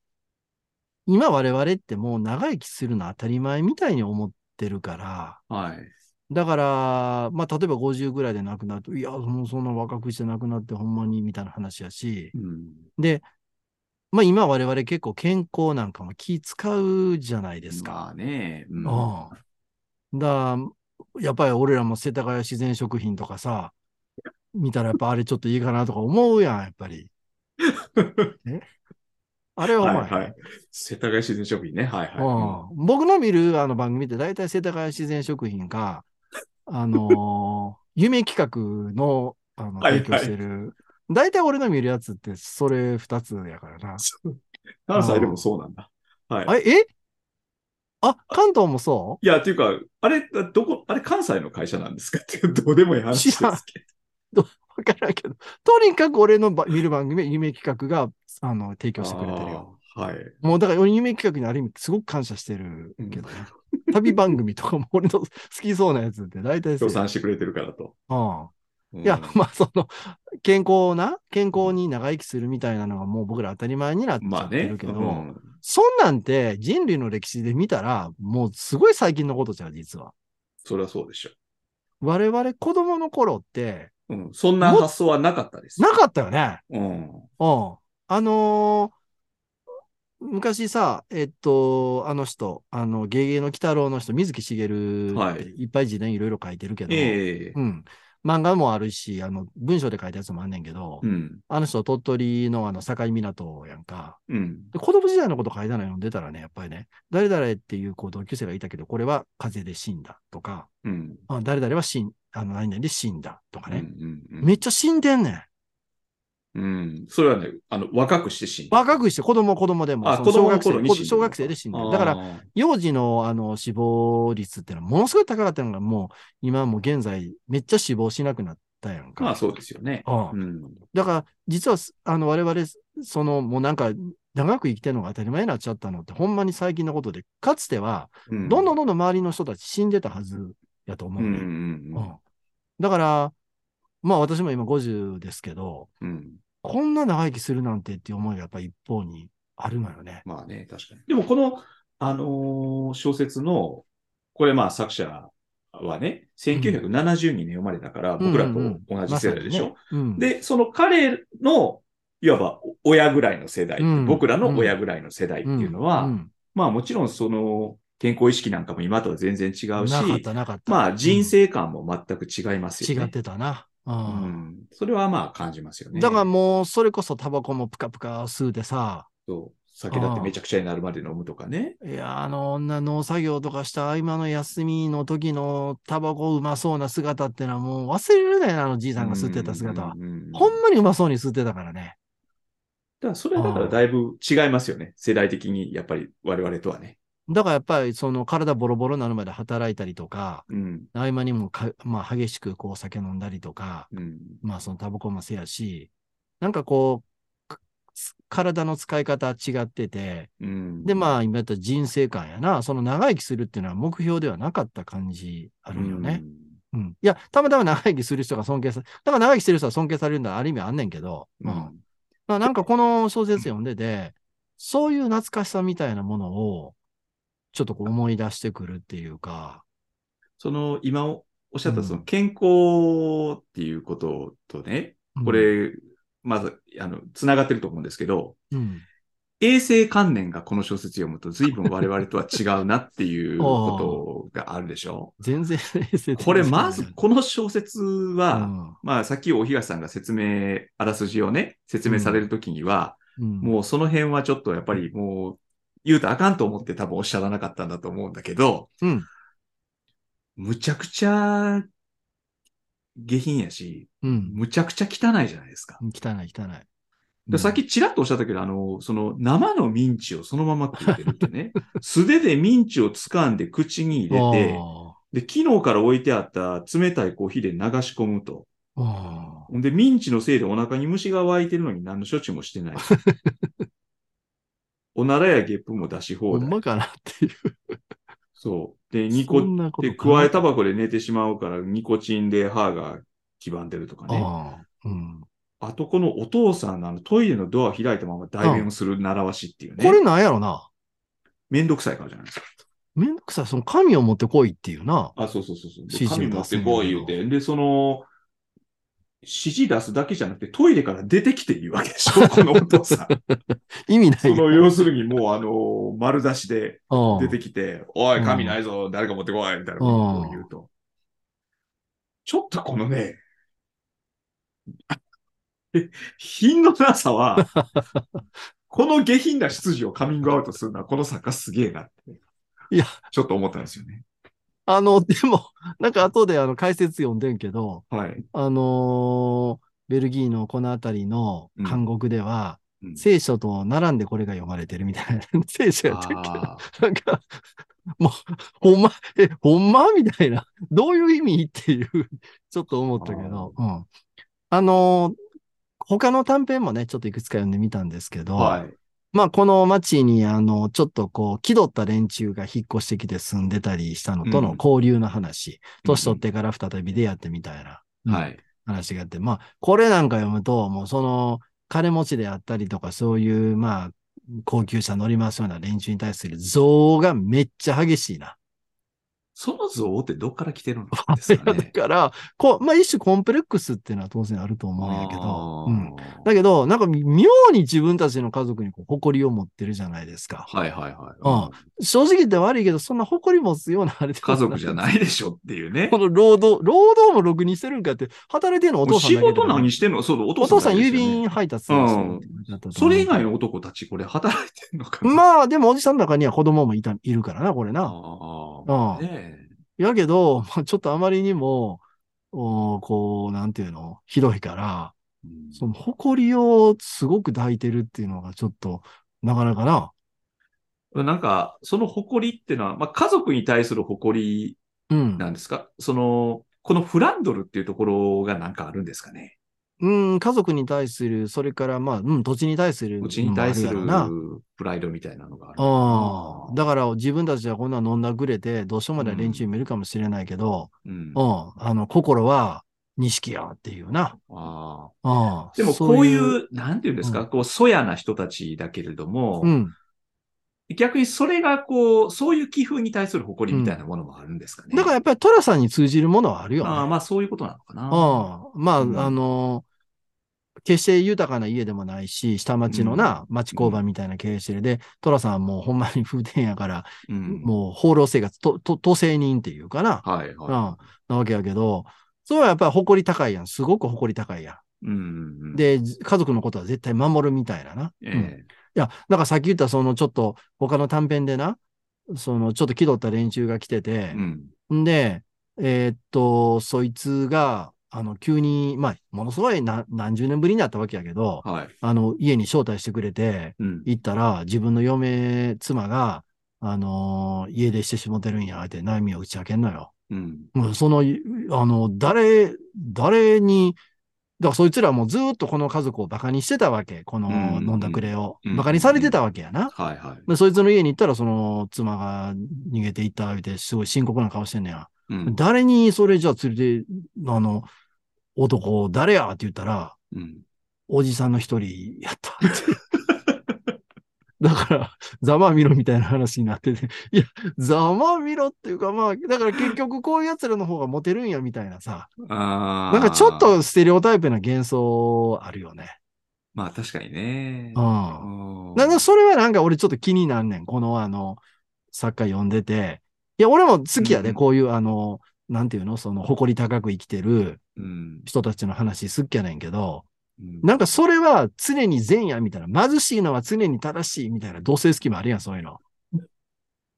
[SPEAKER 2] 今我々ってもう長生きするの当たり前みたいに思ってるから、
[SPEAKER 1] はい。
[SPEAKER 2] だから、まあ、例えば50ぐらいで亡くなると、いや、もうそんな若くして亡くなってほんまに、みたいな話やし、
[SPEAKER 1] うん。
[SPEAKER 2] で、まあ、今我々結構健康なんかも気使うじゃないですか。
[SPEAKER 1] まあね。うん
[SPEAKER 2] うん。だからやっぱり俺らも世田谷自然食品とかさ、見たらやっぱあれちょっといいかなとか思うやん、やっぱ り。えあれはお前、
[SPEAKER 1] はいはい。世田谷市の食品ね。はいは
[SPEAKER 2] うん僕の見るあの番組って大体世田谷自然食品が、あの ー夢企画のあの
[SPEAKER 1] はいは
[SPEAKER 2] 提
[SPEAKER 1] い
[SPEAKER 2] 供してる。大体俺の見るやつってそれ二つやからな。
[SPEAKER 1] い。関西でもそうなんだ。はい。
[SPEAKER 2] あええあ、関東もそ
[SPEAKER 1] いや、っていうか、あれ、どこ、あれ関西の会社なんですかっていう、どうでもいい話ですけど。
[SPEAKER 2] うわからんけど。とにかく俺のば見る番組、夢企画があの提供してくれてるよ。
[SPEAKER 1] あーはい。
[SPEAKER 2] もうだから俺夢企画にある意味すごく感謝してるけどね。旅番組とかも俺の好きそうなやつって大体そう
[SPEAKER 1] 協。賛してくれてるからと。
[SPEAKER 2] うん
[SPEAKER 1] うん
[SPEAKER 2] いや、まあ、その、健康な、健康に長生きするみたいなのがもう僕ら当たり前になっちゃ
[SPEAKER 1] まあ
[SPEAKER 2] って
[SPEAKER 1] ね。
[SPEAKER 2] るけど、
[SPEAKER 1] うん
[SPEAKER 2] そんなんて人類の歴史で見たら、もうすごい最近のことじゃん、実は。
[SPEAKER 1] それはそうでしょ
[SPEAKER 2] 我々子供の頃って、
[SPEAKER 1] う。うん。そんな発想はなかったです。
[SPEAKER 2] なかったよね。
[SPEAKER 1] うん。
[SPEAKER 2] うん。あのー昔さ、えっと、あの人、あの、ゲゲゲの鬼太郎の人、水木しげる
[SPEAKER 1] は
[SPEAKER 2] っ
[SPEAKER 1] い
[SPEAKER 2] ていっぱい字伝いろいろ書いてるけど、
[SPEAKER 1] ええ
[SPEAKER 2] うん。漫画もあるし、あの、文章で書いたやつもあんねんけど、
[SPEAKER 1] うん。
[SPEAKER 2] あの人、鳥取のあの境港やんか。
[SPEAKER 1] うん。
[SPEAKER 2] で子供時代のこと書いたの読んでたらね、やっぱりね、誰々っていうこう同級生がいたけど、これは風邪で死んだとか、
[SPEAKER 1] うん。
[SPEAKER 2] あ誰々は死ん、あの、何々で死んだとか
[SPEAKER 1] うん
[SPEAKER 2] ね。
[SPEAKER 1] うん
[SPEAKER 2] めっちゃ死んでんねん。
[SPEAKER 1] うん。それはね、あの、若くして死んだ。
[SPEAKER 2] 若くして子供は子供でも、
[SPEAKER 1] あ、
[SPEAKER 2] そ
[SPEAKER 1] 子
[SPEAKER 2] の
[SPEAKER 1] 供
[SPEAKER 2] 小
[SPEAKER 1] の
[SPEAKER 2] 学生
[SPEAKER 1] 頃に死んでる
[SPEAKER 2] 小学生で死んで
[SPEAKER 1] あ
[SPEAKER 2] る。
[SPEAKER 1] ー
[SPEAKER 2] だから、、幼児のあの死亡率ってのはものすごい高かったのが、もう今もう現在めっちゃ死亡しなくなったやんか。
[SPEAKER 1] まあそうですよね。
[SPEAKER 2] うん
[SPEAKER 1] うん。
[SPEAKER 2] だから、実はす、あの、我々、その、もうなんか、長く生きてるのが当たり前になっちゃったのって、ほんまに最近のことで、かつては、
[SPEAKER 1] うん
[SPEAKER 2] どんどんどんどん周りの人たち死んでたはずやと思
[SPEAKER 1] う
[SPEAKER 2] うね。
[SPEAKER 1] ん
[SPEAKER 2] うん
[SPEAKER 1] うんうん
[SPEAKER 2] だから、まあ私も今50ですけど、
[SPEAKER 1] うん。
[SPEAKER 2] こんな長生きするなんてっていう思いがやっぱ一方にあるのよね。
[SPEAKER 1] まあね、確かに。でもこの、あのー小説の、これまあ作者はね、1972年に読まれたから、僕らと同じ世代でしょ。
[SPEAKER 2] うん。
[SPEAKER 1] で、その彼の、いわば親ぐらいの世代、
[SPEAKER 2] うん
[SPEAKER 1] 僕らの親ぐらいの世代っていうのは、まあもちろんその健康意識なんかも今とは全然違うし、
[SPEAKER 2] なかったなかった。
[SPEAKER 1] まあ人生観も全く違いますよね。
[SPEAKER 2] 違ってたな。う。
[SPEAKER 1] うんん。それはまあ感じますよね。
[SPEAKER 2] だからもう、それこそタバコもプカプカ吸うてさ、
[SPEAKER 1] そう酒だってめちゃくちゃになるまで飲むとかね。
[SPEAKER 2] いやー、あの女、農作業とかした合間の休みの時のタバコうまそうな姿ってのはもう忘れられないな、あのじいさんが吸ってた姿は
[SPEAKER 1] う。んうんうん
[SPEAKER 2] ほんまにうまそうに吸ってたからね。
[SPEAKER 1] だからそれはだからだいぶ違いますよね。世代的にやっぱり我々とはね。
[SPEAKER 2] だからやっぱりその体ボロボロになるまで働いたりとか、
[SPEAKER 1] うん。
[SPEAKER 2] 合間にもか、まあ、激しくこう酒飲んだりとか、
[SPEAKER 1] うん。
[SPEAKER 2] まあそのタバコもせやし、なんかこう、か体の使い方違ってて、
[SPEAKER 1] うん、
[SPEAKER 2] でまあ今言った人生観やな、その長生きするっていうのは目標ではなかった感じあ
[SPEAKER 1] あ
[SPEAKER 2] るよね。うん。いや、たまたま長生きする人が尊敬され、だから長生きしてる人は尊敬されるんだある意味あんねんけど、
[SPEAKER 1] うん。
[SPEAKER 2] まあなんかこの小説読んでて、そういう懐かしさみたいなものを、ちょっとこう思い出してくるっていうか、
[SPEAKER 1] その今おおっしゃった
[SPEAKER 2] うん
[SPEAKER 1] その健康っていうこととね、
[SPEAKER 2] うん
[SPEAKER 1] こ、れ、まず、あの、つながってると思うんですけど、
[SPEAKER 2] うん、
[SPEAKER 1] 衛生観念がこの小説読むと随分我々とは違うなっていうことがあるでしょ
[SPEAKER 2] 全然 冷静
[SPEAKER 1] これまず
[SPEAKER 2] う、
[SPEAKER 1] この小説は、
[SPEAKER 2] ん、
[SPEAKER 1] まあさっき大東さんが説明、あらすじをね、説明されるときには、
[SPEAKER 2] うん、
[SPEAKER 1] もうその辺はちょっとやっぱりもう言うとあかんと思って多分おっしゃらなかったんだと思うんだけど、
[SPEAKER 2] うん、
[SPEAKER 1] むちゃくちゃ下品やし、
[SPEAKER 2] うん、
[SPEAKER 1] むちゃくちゃ汚いじゃないですか。
[SPEAKER 2] 汚い、汚い。
[SPEAKER 1] でさっきちらっとおっしゃったけど、あの、その生のミンチをそのまま食ってるって ね、素手でミンチを掴んで口に
[SPEAKER 2] うん
[SPEAKER 1] 入れて、
[SPEAKER 2] あ
[SPEAKER 1] で、昨日から置いてあった冷たいコーヒーで流し込むと。
[SPEAKER 2] ーあ
[SPEAKER 1] ほんで、ミンチのせいでお腹に虫が湧いてるのに何の処置もして ない。おならやゲップも出し
[SPEAKER 2] ー、ほ
[SPEAKER 1] 放
[SPEAKER 2] ん
[SPEAKER 1] 題。
[SPEAKER 2] まかなっていう。
[SPEAKER 1] そう。で、ニコ
[SPEAKER 2] そんなこと
[SPEAKER 1] で、
[SPEAKER 2] 考
[SPEAKER 1] 加
[SPEAKER 2] え
[SPEAKER 1] えタバコで寝てしまうから、ニコチンで歯が黄ばんでるとかね。
[SPEAKER 2] ああ、うん。
[SPEAKER 1] あと、このお父さんのあのトイレのドア開いたまま代弁をする習わしっていうね。
[SPEAKER 2] これなんやろな。
[SPEAKER 1] めんどくさいからじゃないですか。
[SPEAKER 2] めんどくさい、その神を持ってこいっていうな。
[SPEAKER 1] あ、そうそうそうそう。で
[SPEAKER 2] 指示を
[SPEAKER 1] 紙持
[SPEAKER 2] 出
[SPEAKER 1] っ
[SPEAKER 2] す
[SPEAKER 1] て
[SPEAKER 2] んだけど
[SPEAKER 1] こい言うて。で、その、指示出すだけじゃなくて、トイレから出てきて言うわけでしょ、このお父 さん。
[SPEAKER 2] 意味な
[SPEAKER 1] そ
[SPEAKER 2] いよ。
[SPEAKER 1] の、要するにもう、あの、丸出しで
[SPEAKER 2] うん
[SPEAKER 1] 出てきて、おい、紙ないぞ、誰か持ってこい、みたいなことを言うと。ちょっとこのね、 品のなさ は、この下品な執事をカミングアウトするのは、この作家すげえなって、
[SPEAKER 2] いや、
[SPEAKER 1] ちょっと思ったんですよね。
[SPEAKER 2] あの、でも、なんか後であの解説読んでんけど、
[SPEAKER 1] はい。
[SPEAKER 2] あのーベルギーのこの辺りの監獄では、
[SPEAKER 1] うんうん
[SPEAKER 2] 聖書と並んでこれが読まれてるみたいな、聖書やったっけ
[SPEAKER 1] あ
[SPEAKER 2] なんか、もう、ほんま、え、ほんまみたいな、どういう意味っていう、ちょっと思ったけど、うん。あのー他の短編もね、ちょっといくつか読んでみたんですけ
[SPEAKER 1] ー
[SPEAKER 2] ど、
[SPEAKER 1] はい。
[SPEAKER 2] まあ、この町に、あの、ちょっとこう、気取った連中が引っ越してきて住んでたりしたのと
[SPEAKER 1] う
[SPEAKER 2] の
[SPEAKER 1] ん
[SPEAKER 2] 交流の話、年取ってから再び出会ってみたいな
[SPEAKER 1] はい。
[SPEAKER 2] 話があって、まあ、これなんか読むと、もうその、金持ちであったりとか、そういう、まあ、高級車乗りますような連中に対する憎悪がめっちゃ激しいな。
[SPEAKER 1] その像ってどっから来てるんですか
[SPEAKER 2] だ
[SPEAKER 1] ね。
[SPEAKER 2] から、こう、まあ、一種コンプレックスっていうのは当然あると思うんやけど、うん。
[SPEAKER 1] あー
[SPEAKER 2] だけど、なんか妙に自分たちの家族にこう誇りを持ってるじゃないですか。
[SPEAKER 1] はいはいはい。
[SPEAKER 2] うん正直言って悪いけど、そんな誇り持つようなあれ
[SPEAKER 1] 家族じゃ
[SPEAKER 2] い。
[SPEAKER 1] ないでしょっていうね
[SPEAKER 2] こ。の労働、労働もろくにしてるんかって、働いてるのお父さん
[SPEAKER 1] 仕
[SPEAKER 2] だけだ
[SPEAKER 1] 事何してんのそう、お
[SPEAKER 2] お
[SPEAKER 1] 父
[SPEAKER 2] 父
[SPEAKER 1] さ
[SPEAKER 2] さ
[SPEAKER 1] ん
[SPEAKER 2] ん
[SPEAKER 1] だけです
[SPEAKER 2] 郵
[SPEAKER 1] よね、
[SPEAKER 2] 便配達の人だったと思う
[SPEAKER 1] それ以外の男たち、これ働いてんのかな。
[SPEAKER 2] まあ、でもおじさんの中には子供もいた、いるからな、これな。
[SPEAKER 1] あ
[SPEAKER 2] うん
[SPEAKER 1] ー。。ね
[SPEAKER 2] やけど、まあ、ちょっとあまりにも、おーこう、なんていうの、ひどいから、
[SPEAKER 1] えうん
[SPEAKER 2] その誇りをすごく抱いてるっていうのがちょっと、なかなかな。
[SPEAKER 1] なんか、その誇りってのは、まあ、家族に対する誇り
[SPEAKER 2] うん。
[SPEAKER 1] なんですかその、このフランドルっていうところがなんかあるんですかね
[SPEAKER 2] うん、家族に対する、それから、まあ、うん、土地に対する。
[SPEAKER 1] うちに対する
[SPEAKER 2] うんあやろな
[SPEAKER 1] プライドみたいなのがある。
[SPEAKER 2] あ
[SPEAKER 1] う
[SPEAKER 2] あ、
[SPEAKER 1] ん
[SPEAKER 2] だから自分たちはこんな飲んだくれて、どうしようもない連中もいるかもしれないけど、
[SPEAKER 1] うん
[SPEAKER 2] うん、あの、心は錦やっていうな。
[SPEAKER 1] あー
[SPEAKER 2] うん。
[SPEAKER 1] でもこういう、
[SPEAKER 2] そ
[SPEAKER 1] なんていうんですか、
[SPEAKER 2] うん
[SPEAKER 1] こう、そやな人たちだけれども、
[SPEAKER 2] うん。
[SPEAKER 1] 逆にそれがこう、そういう寄付に対する誇りみたいなものもあるんですかね。
[SPEAKER 2] だからやっぱりトラさんに通じるものはあるよね。
[SPEAKER 1] ああまあそういうことなのかな。
[SPEAKER 2] うん。まあ、
[SPEAKER 1] うん
[SPEAKER 2] あの、決して豊かな家でもないし、下町のな、町工場みたいな経営してるで、トラさんはもうほんまに風天やから、
[SPEAKER 1] うん
[SPEAKER 2] もう放浪生活、と、と、都政人っていうかな、
[SPEAKER 1] はい
[SPEAKER 2] うん、
[SPEAKER 1] は
[SPEAKER 2] なわけやけど、それはやっぱり誇り高いやん。すごく誇り高いやん。
[SPEAKER 1] い。うん、
[SPEAKER 2] で、じ家族のことは絶対守るみたいなな。
[SPEAKER 1] え
[SPEAKER 2] うんいや、だからさっき言ったそのちょっと他の短編でな、そのちょっと気取った連中が来て
[SPEAKER 1] え
[SPEAKER 2] て
[SPEAKER 1] う、ん。
[SPEAKER 2] んで、えーっと、そいつが、あの、急に、まあ、ものすごいな何十年ぶりになったわけやけど、
[SPEAKER 1] はい。
[SPEAKER 2] あの、家に招待してくれて、
[SPEAKER 1] うん。
[SPEAKER 2] 行ったら自分の嫁、妻が、あのー家出してしもてるんや、って悩みを打ち明けんのよ。
[SPEAKER 1] うん。
[SPEAKER 2] うんその、あの、誰、誰に、だからそいつらもずーっとこの家族をバカにしてたわけ。こ
[SPEAKER 1] うんうん
[SPEAKER 2] の
[SPEAKER 1] うん
[SPEAKER 2] 飲んだくれを。
[SPEAKER 1] うんうん
[SPEAKER 2] バカにされてたわけやな。
[SPEAKER 1] はいはい。
[SPEAKER 2] でそいつの家に行ったら、その妻が逃げていった、言うて、すごい深刻な顔してんねや。
[SPEAKER 1] うん。
[SPEAKER 2] 誰にそれじゃあ連れて、あの、男、誰やって言ったら、
[SPEAKER 1] うん、
[SPEAKER 2] おじさんの一人や ったって。だから、ざまあみろみたいな話になってて、いや、ざまあみろっていうか、まあ、だから結局こういう奴らの方がモテるんやみたいなさ、
[SPEAKER 1] あ
[SPEAKER 2] な
[SPEAKER 1] ー
[SPEAKER 2] んかちょっ、とステレオタイプな幻想あるよね。
[SPEAKER 1] まあ確かにね。
[SPEAKER 2] うん。
[SPEAKER 1] うん
[SPEAKER 2] なんかそれはなんか俺ちょっと気になんねん。このあの、作家読んでて。いや、俺も好きやで、
[SPEAKER 1] うん
[SPEAKER 2] こういうあの、なんていうのその、誇り高く生きてる
[SPEAKER 1] うん。
[SPEAKER 2] 人たちの話好きやねんけど、
[SPEAKER 1] うん
[SPEAKER 2] なんかそれは常に善やみたいな、貧しいのは常に正しいみたいな同性好きもあるやん、そういうの。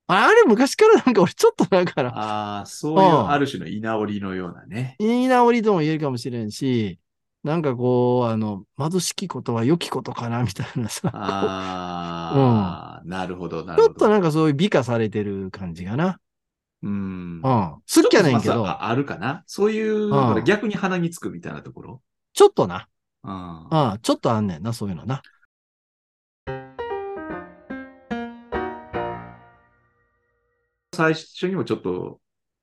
[SPEAKER 2] あれ昔からなんか俺ちょっとだから、
[SPEAKER 1] ああ、そういう
[SPEAKER 2] うん
[SPEAKER 1] ある種の居直りのようなね。
[SPEAKER 2] 言い直りとも言えるかもしれんし、なんかこう、あの、貧しきことは良きことかなみたいなさ、
[SPEAKER 1] ああ、なるほど、な
[SPEAKER 2] ち
[SPEAKER 1] る
[SPEAKER 2] ょっ
[SPEAKER 1] ほど。
[SPEAKER 2] となんかそういう美化されてる感じがな。
[SPEAKER 1] うん。
[SPEAKER 2] うん。好きやねんけ
[SPEAKER 1] ちょっと
[SPEAKER 2] ど
[SPEAKER 1] ま、ああるかな。そういうのが逆に鼻につくみたいなところ。
[SPEAKER 2] ちょっとな。
[SPEAKER 1] うん
[SPEAKER 2] うん、ちょっとあんねんな、そういうのな。
[SPEAKER 1] 最初にもちょっと、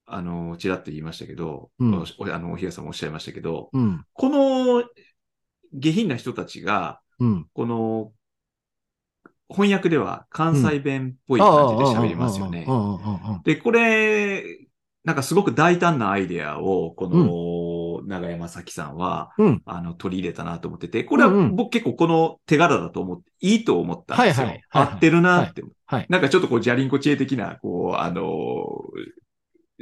[SPEAKER 1] あの、ちらっと言いましたけど、
[SPEAKER 2] うん
[SPEAKER 1] おおあの、おひやさんもおっしゃいましたけど、
[SPEAKER 2] うん、
[SPEAKER 1] この下品な人たちが、
[SPEAKER 2] うん、
[SPEAKER 1] この、翻訳では関西弁っぽい感じで喋りますよね
[SPEAKER 2] う。んうんうんうん
[SPEAKER 1] で、これ、なんかすごく大胆なアイデアを、この長山咲さんは、
[SPEAKER 2] うん
[SPEAKER 1] あの取り入れたなと思ってて、これは
[SPEAKER 2] うんうん
[SPEAKER 1] 僕結構この手柄だと思って、いいと思ったんですよ。
[SPEAKER 2] はいはいはいはい
[SPEAKER 1] 合ってるなって、
[SPEAKER 2] はい
[SPEAKER 1] なんかちょっとこう、じゃりんこ知恵的な、こう、あのー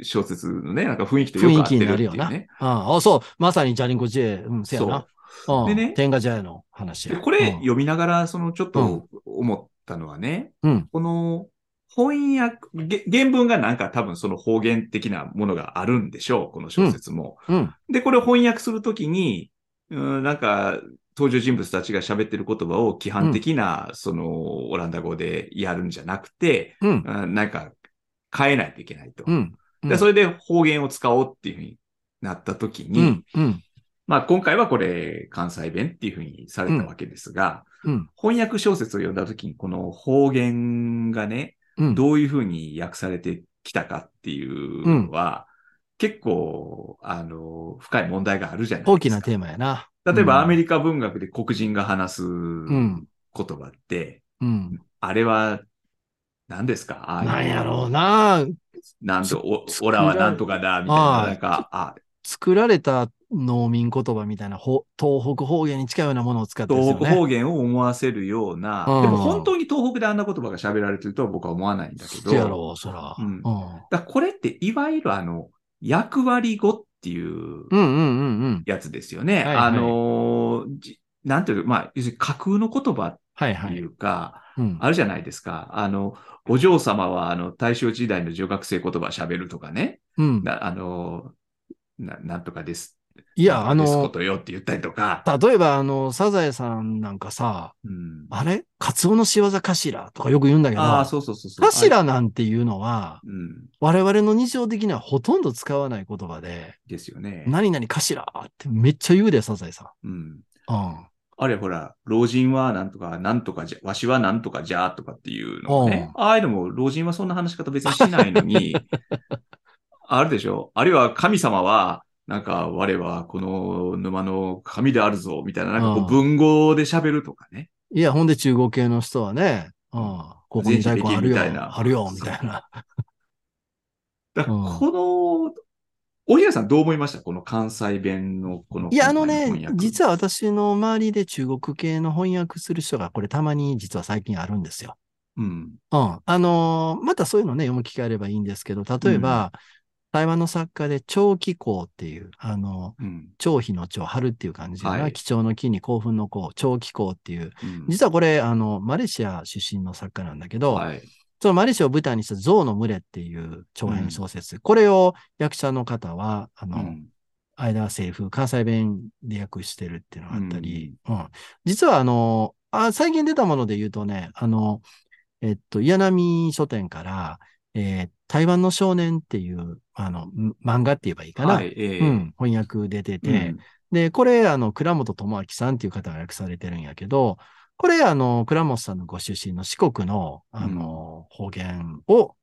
[SPEAKER 1] 小説のね、なんか雰囲気とよく合
[SPEAKER 2] 雰囲
[SPEAKER 1] ってるっ
[SPEAKER 2] 気にな
[SPEAKER 1] て
[SPEAKER 2] る
[SPEAKER 1] いう
[SPEAKER 2] よな。
[SPEAKER 1] ね。
[SPEAKER 2] ああ、そう。まさにジャリンコ知恵。うん、せやな。うん
[SPEAKER 1] でね
[SPEAKER 2] 天下茶屋の話
[SPEAKER 1] で
[SPEAKER 2] や。
[SPEAKER 1] これ
[SPEAKER 2] うん
[SPEAKER 1] 読みながら、そのちょっ
[SPEAKER 2] う
[SPEAKER 1] と思ったのはね、
[SPEAKER 2] うん
[SPEAKER 1] この翻訳、げ原文がなんか多分その方言的なものがあるんでしょう、この小説も。
[SPEAKER 2] うん。
[SPEAKER 1] で、これを翻訳するときに、うん、なんか、登場人物たちが喋ってる言葉を規範的な、その、オランダ語でやるんじゃなくて、
[SPEAKER 2] うん。
[SPEAKER 1] うんなんか、変えないといけないと。
[SPEAKER 2] うん。
[SPEAKER 1] でそれで方言を使おうっていうふうになったときに、
[SPEAKER 2] うん。うん。
[SPEAKER 1] まあ、今回はこれ、関西弁っていうふうにされたわけですが、
[SPEAKER 2] うん。
[SPEAKER 1] 翻訳小説を読んだときに、この方言がね、
[SPEAKER 2] うん。
[SPEAKER 1] どういうふうに訳されてきたかっていうのは、結構、あの、深い問題があるじゃないですか。
[SPEAKER 2] 大きなテーマやな。
[SPEAKER 1] 例えばアメ
[SPEAKER 2] リ
[SPEAKER 1] リカ文学で黒人が話す
[SPEAKER 2] カう
[SPEAKER 1] 言
[SPEAKER 2] ん。
[SPEAKER 1] 葉って、
[SPEAKER 2] うん。
[SPEAKER 1] あれは何ですかああいう
[SPEAKER 2] なんやろうな。
[SPEAKER 1] なんと、お
[SPEAKER 2] つ
[SPEAKER 1] オラはなんとかだ、みたいな
[SPEAKER 2] は。い
[SPEAKER 1] なんか、あ、
[SPEAKER 2] 作られた農民言葉みたいな、ほ東北方言に近いようなものを使ってるんです
[SPEAKER 1] 東
[SPEAKER 2] よ
[SPEAKER 1] 北方
[SPEAKER 2] ね。
[SPEAKER 1] 言を思わせるような、
[SPEAKER 2] うん
[SPEAKER 1] でも本当に東北であんな言葉が喋られてるとは僕は思わないんだけど、
[SPEAKER 2] そうやろう、そら。
[SPEAKER 1] う
[SPEAKER 2] うんん。うん
[SPEAKER 1] だからこれっていわゆるあの、役割語っていう
[SPEAKER 2] うんうんうん。
[SPEAKER 1] やつですよね。
[SPEAKER 2] いはい
[SPEAKER 1] あのーじなんていうか、まあ、要するに架空の言葉っ
[SPEAKER 2] はい
[SPEAKER 1] て
[SPEAKER 2] はいい。
[SPEAKER 1] うか、
[SPEAKER 2] うん。
[SPEAKER 1] あるじゃないですか。あの、お嬢様は、あの、大正時代の女学生言葉喋るとかね。
[SPEAKER 2] うん。
[SPEAKER 1] な、あの、な、なんとかです。
[SPEAKER 2] い
[SPEAKER 1] い
[SPEAKER 2] や、あ
[SPEAKER 1] ですこ
[SPEAKER 2] の、
[SPEAKER 1] とよって言ったりとか。
[SPEAKER 2] 例えばあの、サザエさんなんかさ、
[SPEAKER 1] うん。
[SPEAKER 2] あれカツオの仕業かしらとかよく言うんだけど、
[SPEAKER 1] ああ、
[SPEAKER 2] か
[SPEAKER 1] そうそうそうそう。
[SPEAKER 2] し
[SPEAKER 1] あ
[SPEAKER 2] らなんていうのは、
[SPEAKER 1] うん。
[SPEAKER 2] 我々の日常的にはほとんど使わない言葉で、
[SPEAKER 1] ですよね。
[SPEAKER 2] 何々かしらってめっちゃ言うで、サザエさ
[SPEAKER 1] うん。
[SPEAKER 2] ん。うん。
[SPEAKER 1] あれ、ほら、老人はなんとか、なんとかじゃ、わしはなんとかじゃ、とかっていうのがね。ああいうのも、老人はそんな話し方別にしないのに、 あるでしょあるいは神様は、なんか、我はこの沼の神であるぞ、みたいな、なんかこう
[SPEAKER 2] う
[SPEAKER 1] ん文語で喋るとかね。
[SPEAKER 2] いや、ほんで中国系の人はね、うん。ここに大根
[SPEAKER 1] 全地
[SPEAKER 2] ある
[SPEAKER 1] 的み
[SPEAKER 2] よ、
[SPEAKER 1] たいな
[SPEAKER 2] あるよ、みたい な。
[SPEAKER 1] だから
[SPEAKER 2] うん
[SPEAKER 1] この、おひらさんどう思いましたこの関西弁のこの。
[SPEAKER 2] いや、あのね、実
[SPEAKER 1] は。
[SPEAKER 2] は私の周りで中国系の翻訳する人が、これたまに実は最近あるんですよ。
[SPEAKER 1] うん。
[SPEAKER 2] うん。あのーまたそういうのね、読む機会あればいいんですけど、例えば、台湾の作家で長気候っていう、あの、
[SPEAKER 1] うん。
[SPEAKER 2] 長飛の長、春っていう感じかな、
[SPEAKER 1] はい
[SPEAKER 2] 貴重の木に興奮の子、長気候っていう、
[SPEAKER 1] うん
[SPEAKER 2] 実はこれ、あの、マレーシア出身の作家なんだけど、
[SPEAKER 1] はい。
[SPEAKER 2] そのマレーシアを舞台にした象の群れっていう長編小説、これを役者の方は、あの、
[SPEAKER 1] うん
[SPEAKER 2] 間政府、関西弁で訳してるっていうのがあったり、うん実はあのあ、最近出たもので言うとね、あの、えっと、柳波書店から、えー台湾の少年っていう、あの、ん漫画って言えばいいかな。
[SPEAKER 1] はい。ええ
[SPEAKER 2] うん、翻訳出てて、
[SPEAKER 1] うん
[SPEAKER 2] で、これ、あの、倉本智明さんっていう方が訳されてるんやけど、これ、あの、倉本さんのご出身の四国の、あの、方言を、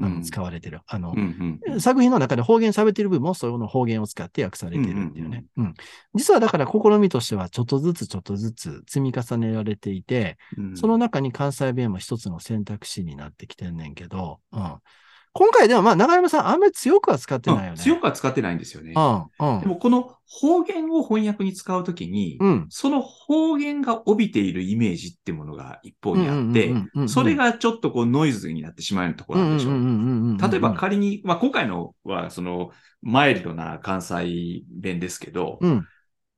[SPEAKER 2] あ
[SPEAKER 1] うん
[SPEAKER 2] の使われてる。あの、
[SPEAKER 1] うんうん
[SPEAKER 2] 作品の中で方言喋ってる部分もその方言を使って訳されてるっていうね。うん実はだから試みとしてはちょっとずつちょっとずつ積み重ねられていて、
[SPEAKER 1] うん
[SPEAKER 2] その中に関西弁も一つの選択肢になってきてんねんけど、うん今回ではまあ長山さんあんまり強くは使ってないよ
[SPEAKER 1] うん
[SPEAKER 2] ね。
[SPEAKER 1] 強くは使ってないんですよね
[SPEAKER 2] う。ん、う
[SPEAKER 1] で
[SPEAKER 2] ん、
[SPEAKER 1] もこの方言を翻訳に使うときに、
[SPEAKER 2] うん。
[SPEAKER 1] その方言が帯びているイメージってものが一方にあって
[SPEAKER 2] うんうんうんうんう、ん
[SPEAKER 1] それがちょっとこうノイズになってしまうようなところなんでしょうね例えば仮に、まあ、今回のは、その、マイルドな関西弁ですけど、
[SPEAKER 2] うん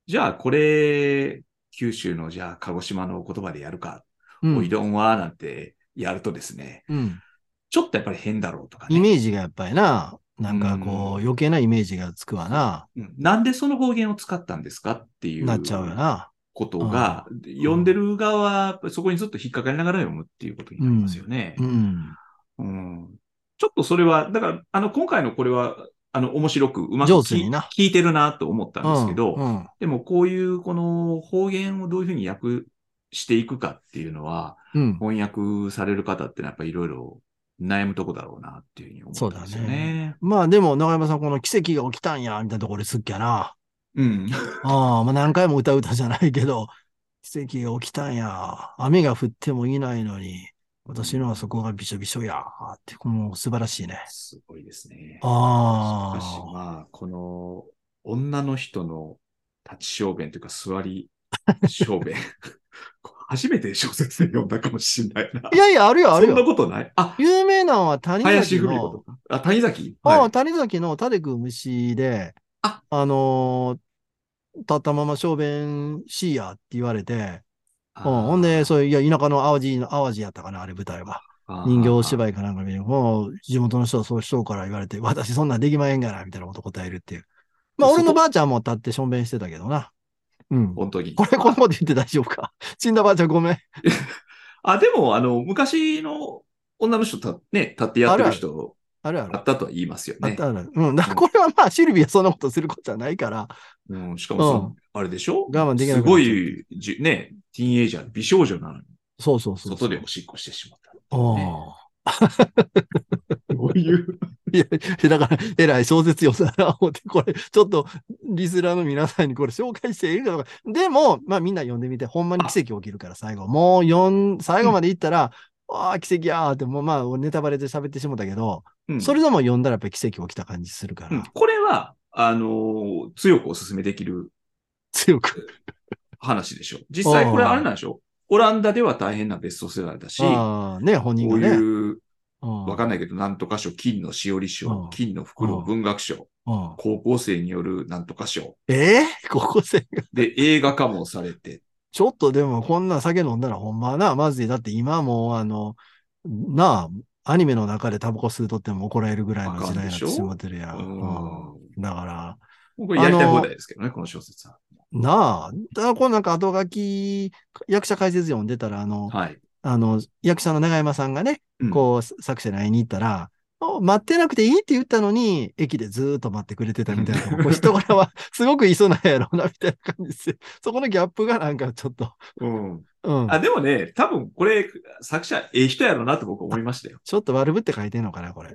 [SPEAKER 1] じゃあこれ、九州の、じゃあ鹿児島の言葉でやるか、
[SPEAKER 2] うん
[SPEAKER 1] おいどんは、なんてやるとですね、
[SPEAKER 2] うん
[SPEAKER 1] ちょっとやっぱり変だろうとか
[SPEAKER 2] イ
[SPEAKER 1] ね。
[SPEAKER 2] メージがやっぱりな、なんかこ
[SPEAKER 1] う
[SPEAKER 2] うん余計なイメージがつくわな、
[SPEAKER 1] うんなんでその方言を使ったんですかっていう
[SPEAKER 2] なっちゃうよな。
[SPEAKER 1] ことが、読んでる側はやっぱりそこにずっと引っかかりながら読むっていうことになりますよね。
[SPEAKER 2] うん。
[SPEAKER 1] うんちょっとそれは、だから、あの、今回のこれは、あの、面白く、うまく
[SPEAKER 2] 上手
[SPEAKER 1] 聞
[SPEAKER 2] にな
[SPEAKER 1] 聞いてるなと思ったんですけど、
[SPEAKER 2] うんうん
[SPEAKER 1] でもこういうこの方言をどういうふうに訳していくかっていうのは、
[SPEAKER 2] うん
[SPEAKER 1] 翻訳される方ってのはやっぱりいろいろ悩むとこだろうなっていうふうに思ったんですよね。
[SPEAKER 2] まあでも、中山さん、この奇跡が起きたんや、みたいなところ俺好きやな。
[SPEAKER 1] うん。
[SPEAKER 2] ああ、まあ何回も歌う歌じゃないけど、奇跡が起きたんや。雨が降ってもいないのに、私のはそこがびしょびしょや。って、この素晴らしいね。
[SPEAKER 1] すごいですね。し
[SPEAKER 2] あ
[SPEAKER 1] かし
[SPEAKER 2] あ。
[SPEAKER 1] まあ、この女の人の立ち小便というか座り小 便。これ初めて小説で読んだかもしれないな。
[SPEAKER 2] いやいや、あるよ、ある
[SPEAKER 1] そんな
[SPEAKER 2] よ。
[SPEAKER 1] ことないあ、
[SPEAKER 2] 有名なのは谷
[SPEAKER 1] 林
[SPEAKER 2] 崎
[SPEAKER 1] 文子と
[SPEAKER 2] の、
[SPEAKER 1] か。あ、谷崎、
[SPEAKER 2] あ
[SPEAKER 1] は
[SPEAKER 2] あ、
[SPEAKER 1] い、
[SPEAKER 2] 谷崎のタデク虫で、
[SPEAKER 1] あ
[SPEAKER 2] のー立ったまま小便しいやって言われて、うん、
[SPEAKER 1] あー
[SPEAKER 2] ほんで、そういう、いや、田舎の淡路の、淡路やったかな、あれ舞台は。人形芝居かなんか見る。もう、地元の人はそうしとうから言われて、私そんなんできまへんがな、みたいなこと答えるっていう。まあ、
[SPEAKER 1] そこ
[SPEAKER 2] 俺のばあちゃんも立ってしょんべんしてたけどな。うん。こ
[SPEAKER 1] 本当に。
[SPEAKER 2] れ、このこと言って大丈 夫か。死んだばあちゃんごめん。
[SPEAKER 1] あ、でも、あの、昔の女の人た、ね、立ってやってる人、
[SPEAKER 2] あるあ
[SPEAKER 1] あ
[SPEAKER 2] る。
[SPEAKER 1] ったとは言いますよ
[SPEAKER 2] あっ
[SPEAKER 1] ね。
[SPEAKER 2] たある。うん。だからこれはまあ、シルビアそんなことすることじゃないから、
[SPEAKER 1] うん、しかもその、
[SPEAKER 2] うん
[SPEAKER 1] あれでしょ
[SPEAKER 2] 我慢できな
[SPEAKER 1] す
[SPEAKER 2] くな
[SPEAKER 1] ご
[SPEAKER 2] っちゃって
[SPEAKER 1] い、じね、ティーンエイジャー、美少女なのに、
[SPEAKER 2] そうそうそうそ
[SPEAKER 1] 外
[SPEAKER 2] う。
[SPEAKER 1] でおしっこしてしまっ た。
[SPEAKER 2] ああ。
[SPEAKER 1] こういう。
[SPEAKER 2] いや、だから、えらい小説よさな、思って、これ、ちょっと、リスラーの皆さんにこれ紹介していいかどうか。でも、まあみんな読んでみて、ほんまに奇跡起きるから、最後。もう読ん、最後までいったら、ああ、奇跡やーって、もうまあ、ネタバレで喋ってしもたけど、
[SPEAKER 1] うん
[SPEAKER 2] それでも読んだらやっぱり奇跡起きた感じするから、
[SPEAKER 1] うんこれは、あのー強くお勧めできる
[SPEAKER 2] 強く。
[SPEAKER 1] 話でしょ。実際これあれなんでしょオランダでは大変なベストセラーだし、こ
[SPEAKER 2] ああ、ね、本
[SPEAKER 1] う
[SPEAKER 2] 人がね。
[SPEAKER 1] いう、
[SPEAKER 2] うん
[SPEAKER 1] わかんないけど、なんとか賞、金のしおり
[SPEAKER 2] う
[SPEAKER 1] 賞
[SPEAKER 2] ん、
[SPEAKER 1] 金の袋文学賞、
[SPEAKER 2] うん
[SPEAKER 1] 高校生によるなんとか賞、
[SPEAKER 2] えー 高校生が。
[SPEAKER 1] で、映画化もされて、
[SPEAKER 2] ちょっとでも、こんな酒飲んだらほんまな、まずい。だって今もう、あの、なあ、アニメの中でタバコ吸うとっても怒られるぐらいの時代になってしまってるやん。うん
[SPEAKER 1] うん
[SPEAKER 2] だから、
[SPEAKER 1] これやりたい放題ですけどね、この小説は。
[SPEAKER 2] なあ、だからこのなんか後書き、役者解説読んでたら、あの、
[SPEAKER 1] はい。
[SPEAKER 2] あの、役者の長山さんがね、
[SPEAKER 1] うん
[SPEAKER 2] こう、作者に会いに行ったら、お待ってなくていいって言ったのに、駅でずーっと待ってくれてたみたい な。こう人柄はすごくいそうなんやろうな、みたいな感じです。そこのギャップがなんかちょっと、
[SPEAKER 1] うん。
[SPEAKER 2] うん。
[SPEAKER 1] あ、でもね、多分これ、作者、ええ人やろうなと僕思いましたよ。
[SPEAKER 2] ちょっと悪ぶって書いてんのかな、これ。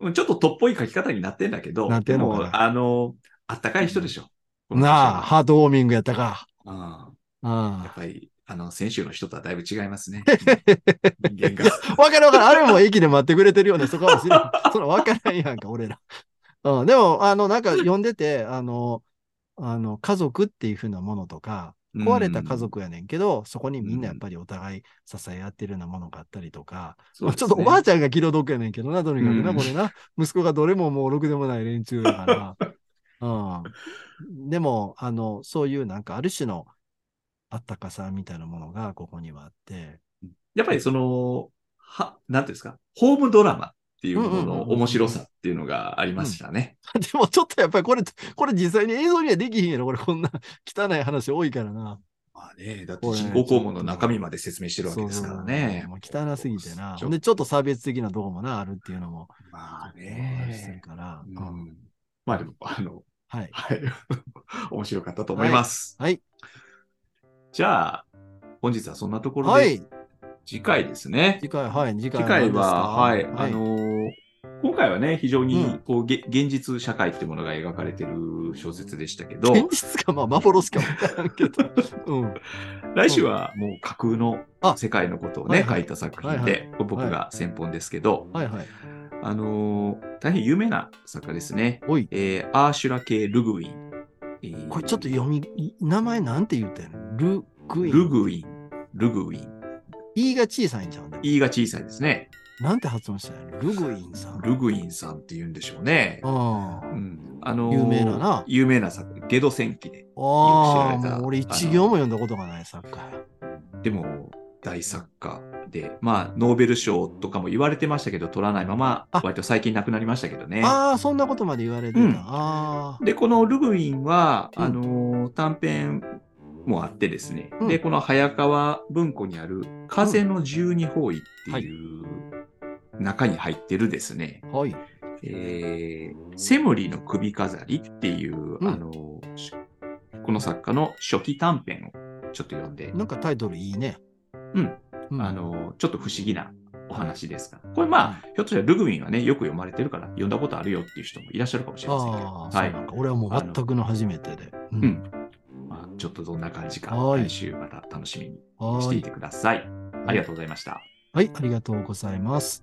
[SPEAKER 1] うんちょっととっぽい書き方になってんだけど、
[SPEAKER 2] なって
[SPEAKER 1] で
[SPEAKER 2] んのかな
[SPEAKER 1] も、あの、あったかい人でしょ。
[SPEAKER 2] なあ、
[SPEAKER 1] あ。
[SPEAKER 2] ハートウォーミングやったか。
[SPEAKER 1] うんやっ
[SPEAKER 2] あ
[SPEAKER 1] ぱり、あの、先週の人とはだいぶ違います ね。人間が。
[SPEAKER 2] あ。わかるわかる。あれも駅で待ってくれてるよね、そこは知らん。 そらわからんやんか、俺ら。うん、でも、あの、なんか呼んでて、あの、あの、家族っていうふうなものとか、壊れた家族やねんけど、そこにみんなやっぱりお互い支え合ってるようなものがあったりとか、
[SPEAKER 1] うん、
[SPEAKER 2] まあちょっとおばあ
[SPEAKER 1] ち
[SPEAKER 2] ちゃんが気の毒やねんけどな、とにかくな、
[SPEAKER 1] うん
[SPEAKER 2] これな。息子がどれももうろくでもない連中やから。 うん。でも、あの、そういうなんかある種のあったかさみたいなものがここにはあって。
[SPEAKER 1] やっぱりその、は、なんていうんですか、ホームドラマっていうもの
[SPEAKER 2] うんうん
[SPEAKER 1] の
[SPEAKER 2] うんうん
[SPEAKER 1] 面白さっていうのがありましたね。
[SPEAKER 2] でもちょっとやっぱりこれ、これ実際に映像にはできひんやろ、これこんな汚い話多いからな。
[SPEAKER 1] まあね、だって
[SPEAKER 2] これ
[SPEAKER 1] 人工肛門の中身まで説明してるわけですからね。
[SPEAKER 2] そうそうそうもう汚すぎてな。
[SPEAKER 1] ちょ
[SPEAKER 2] で、ちょっと差別的なとこもな、あるっていうのも
[SPEAKER 1] まあ
[SPEAKER 2] あるする
[SPEAKER 1] ね。
[SPEAKER 2] から。
[SPEAKER 1] う
[SPEAKER 2] うん
[SPEAKER 1] んまあでも、あの、
[SPEAKER 2] はい。
[SPEAKER 1] はい。 面白かったと思います。
[SPEAKER 2] はい。
[SPEAKER 1] じゃあ、本日はそんなところで、
[SPEAKER 2] はい。
[SPEAKER 1] 次回ですね。
[SPEAKER 2] 次回、はい。次回
[SPEAKER 1] 次回は、
[SPEAKER 2] は
[SPEAKER 1] は
[SPEAKER 2] 何で
[SPEAKER 1] い、
[SPEAKER 2] すか
[SPEAKER 1] あのー今回はね、非常
[SPEAKER 2] う
[SPEAKER 1] に
[SPEAKER 2] ん
[SPEAKER 1] こう、げ現実社会っていうものが描かれてる小説でしたけど、
[SPEAKER 2] 現実か、まあ、幻か分からんけど。うん。
[SPEAKER 1] 来週はもう架空の
[SPEAKER 2] あ
[SPEAKER 1] 世界のことをね、
[SPEAKER 2] はいはい
[SPEAKER 1] 書いた作品で、
[SPEAKER 2] はい
[SPEAKER 1] 僕が先本ですけど、
[SPEAKER 2] はいはい。
[SPEAKER 1] あのー大変有名な作家ですね、
[SPEAKER 2] おい、
[SPEAKER 1] えーアーシュラ系・ルグウィン。えー
[SPEAKER 2] これちょっと読み、い名前なんて言ったやろルグイン。
[SPEAKER 1] ルグウィン。ルグウィン。
[SPEAKER 2] イが小さいんちゃうんだ。
[SPEAKER 1] E が小さいですね。
[SPEAKER 2] なんて発音したんやろルグインさん。
[SPEAKER 1] ルグインさんって言うんでしょうね。
[SPEAKER 2] ああ
[SPEAKER 1] うんあのー
[SPEAKER 2] 有名なな
[SPEAKER 1] 有名な作ゲド戦記で。
[SPEAKER 2] ああ、
[SPEAKER 1] よく知られた
[SPEAKER 2] もう俺一行も読んだことがない作家や。
[SPEAKER 1] でも、大作家で、まあ、ノーベル賞とかも言われてましたけど、取らないまま、
[SPEAKER 2] あ
[SPEAKER 1] 割と最近亡くなりましたけどね。
[SPEAKER 2] ああ、そんなことまで言われてた。
[SPEAKER 1] うん
[SPEAKER 2] ああ。
[SPEAKER 1] で、このルグインは、
[SPEAKER 2] うん
[SPEAKER 1] あのー短編もあってですね、
[SPEAKER 2] うん
[SPEAKER 1] で、この早川文庫にある、風の十二方位っていう、中に入ってるですね、
[SPEAKER 2] はい。
[SPEAKER 1] えーセムリの首飾りっていう、
[SPEAKER 2] うん
[SPEAKER 1] あの、しこの作家の初期短編をちょっと読んで、
[SPEAKER 2] なんかタイトルいいね。
[SPEAKER 1] うん
[SPEAKER 2] うん。
[SPEAKER 1] あの、ちょっと不思議なお話ですから。これまあ、ひょっとしたらルグウィンはね、よく読まれてるから、読んだことあるよっていう人もいらっしゃるかもしれませんけど、
[SPEAKER 2] ああ、
[SPEAKER 1] は
[SPEAKER 2] そう
[SPEAKER 1] い
[SPEAKER 2] な。んか。俺はもう全くの初めてで。う
[SPEAKER 1] うんまあちょっとどんな感じか、
[SPEAKER 2] はい
[SPEAKER 1] 来週また楽しみにして
[SPEAKER 2] はいい
[SPEAKER 1] て。ください。ありがとうございました。
[SPEAKER 2] はい、ありがとうございます。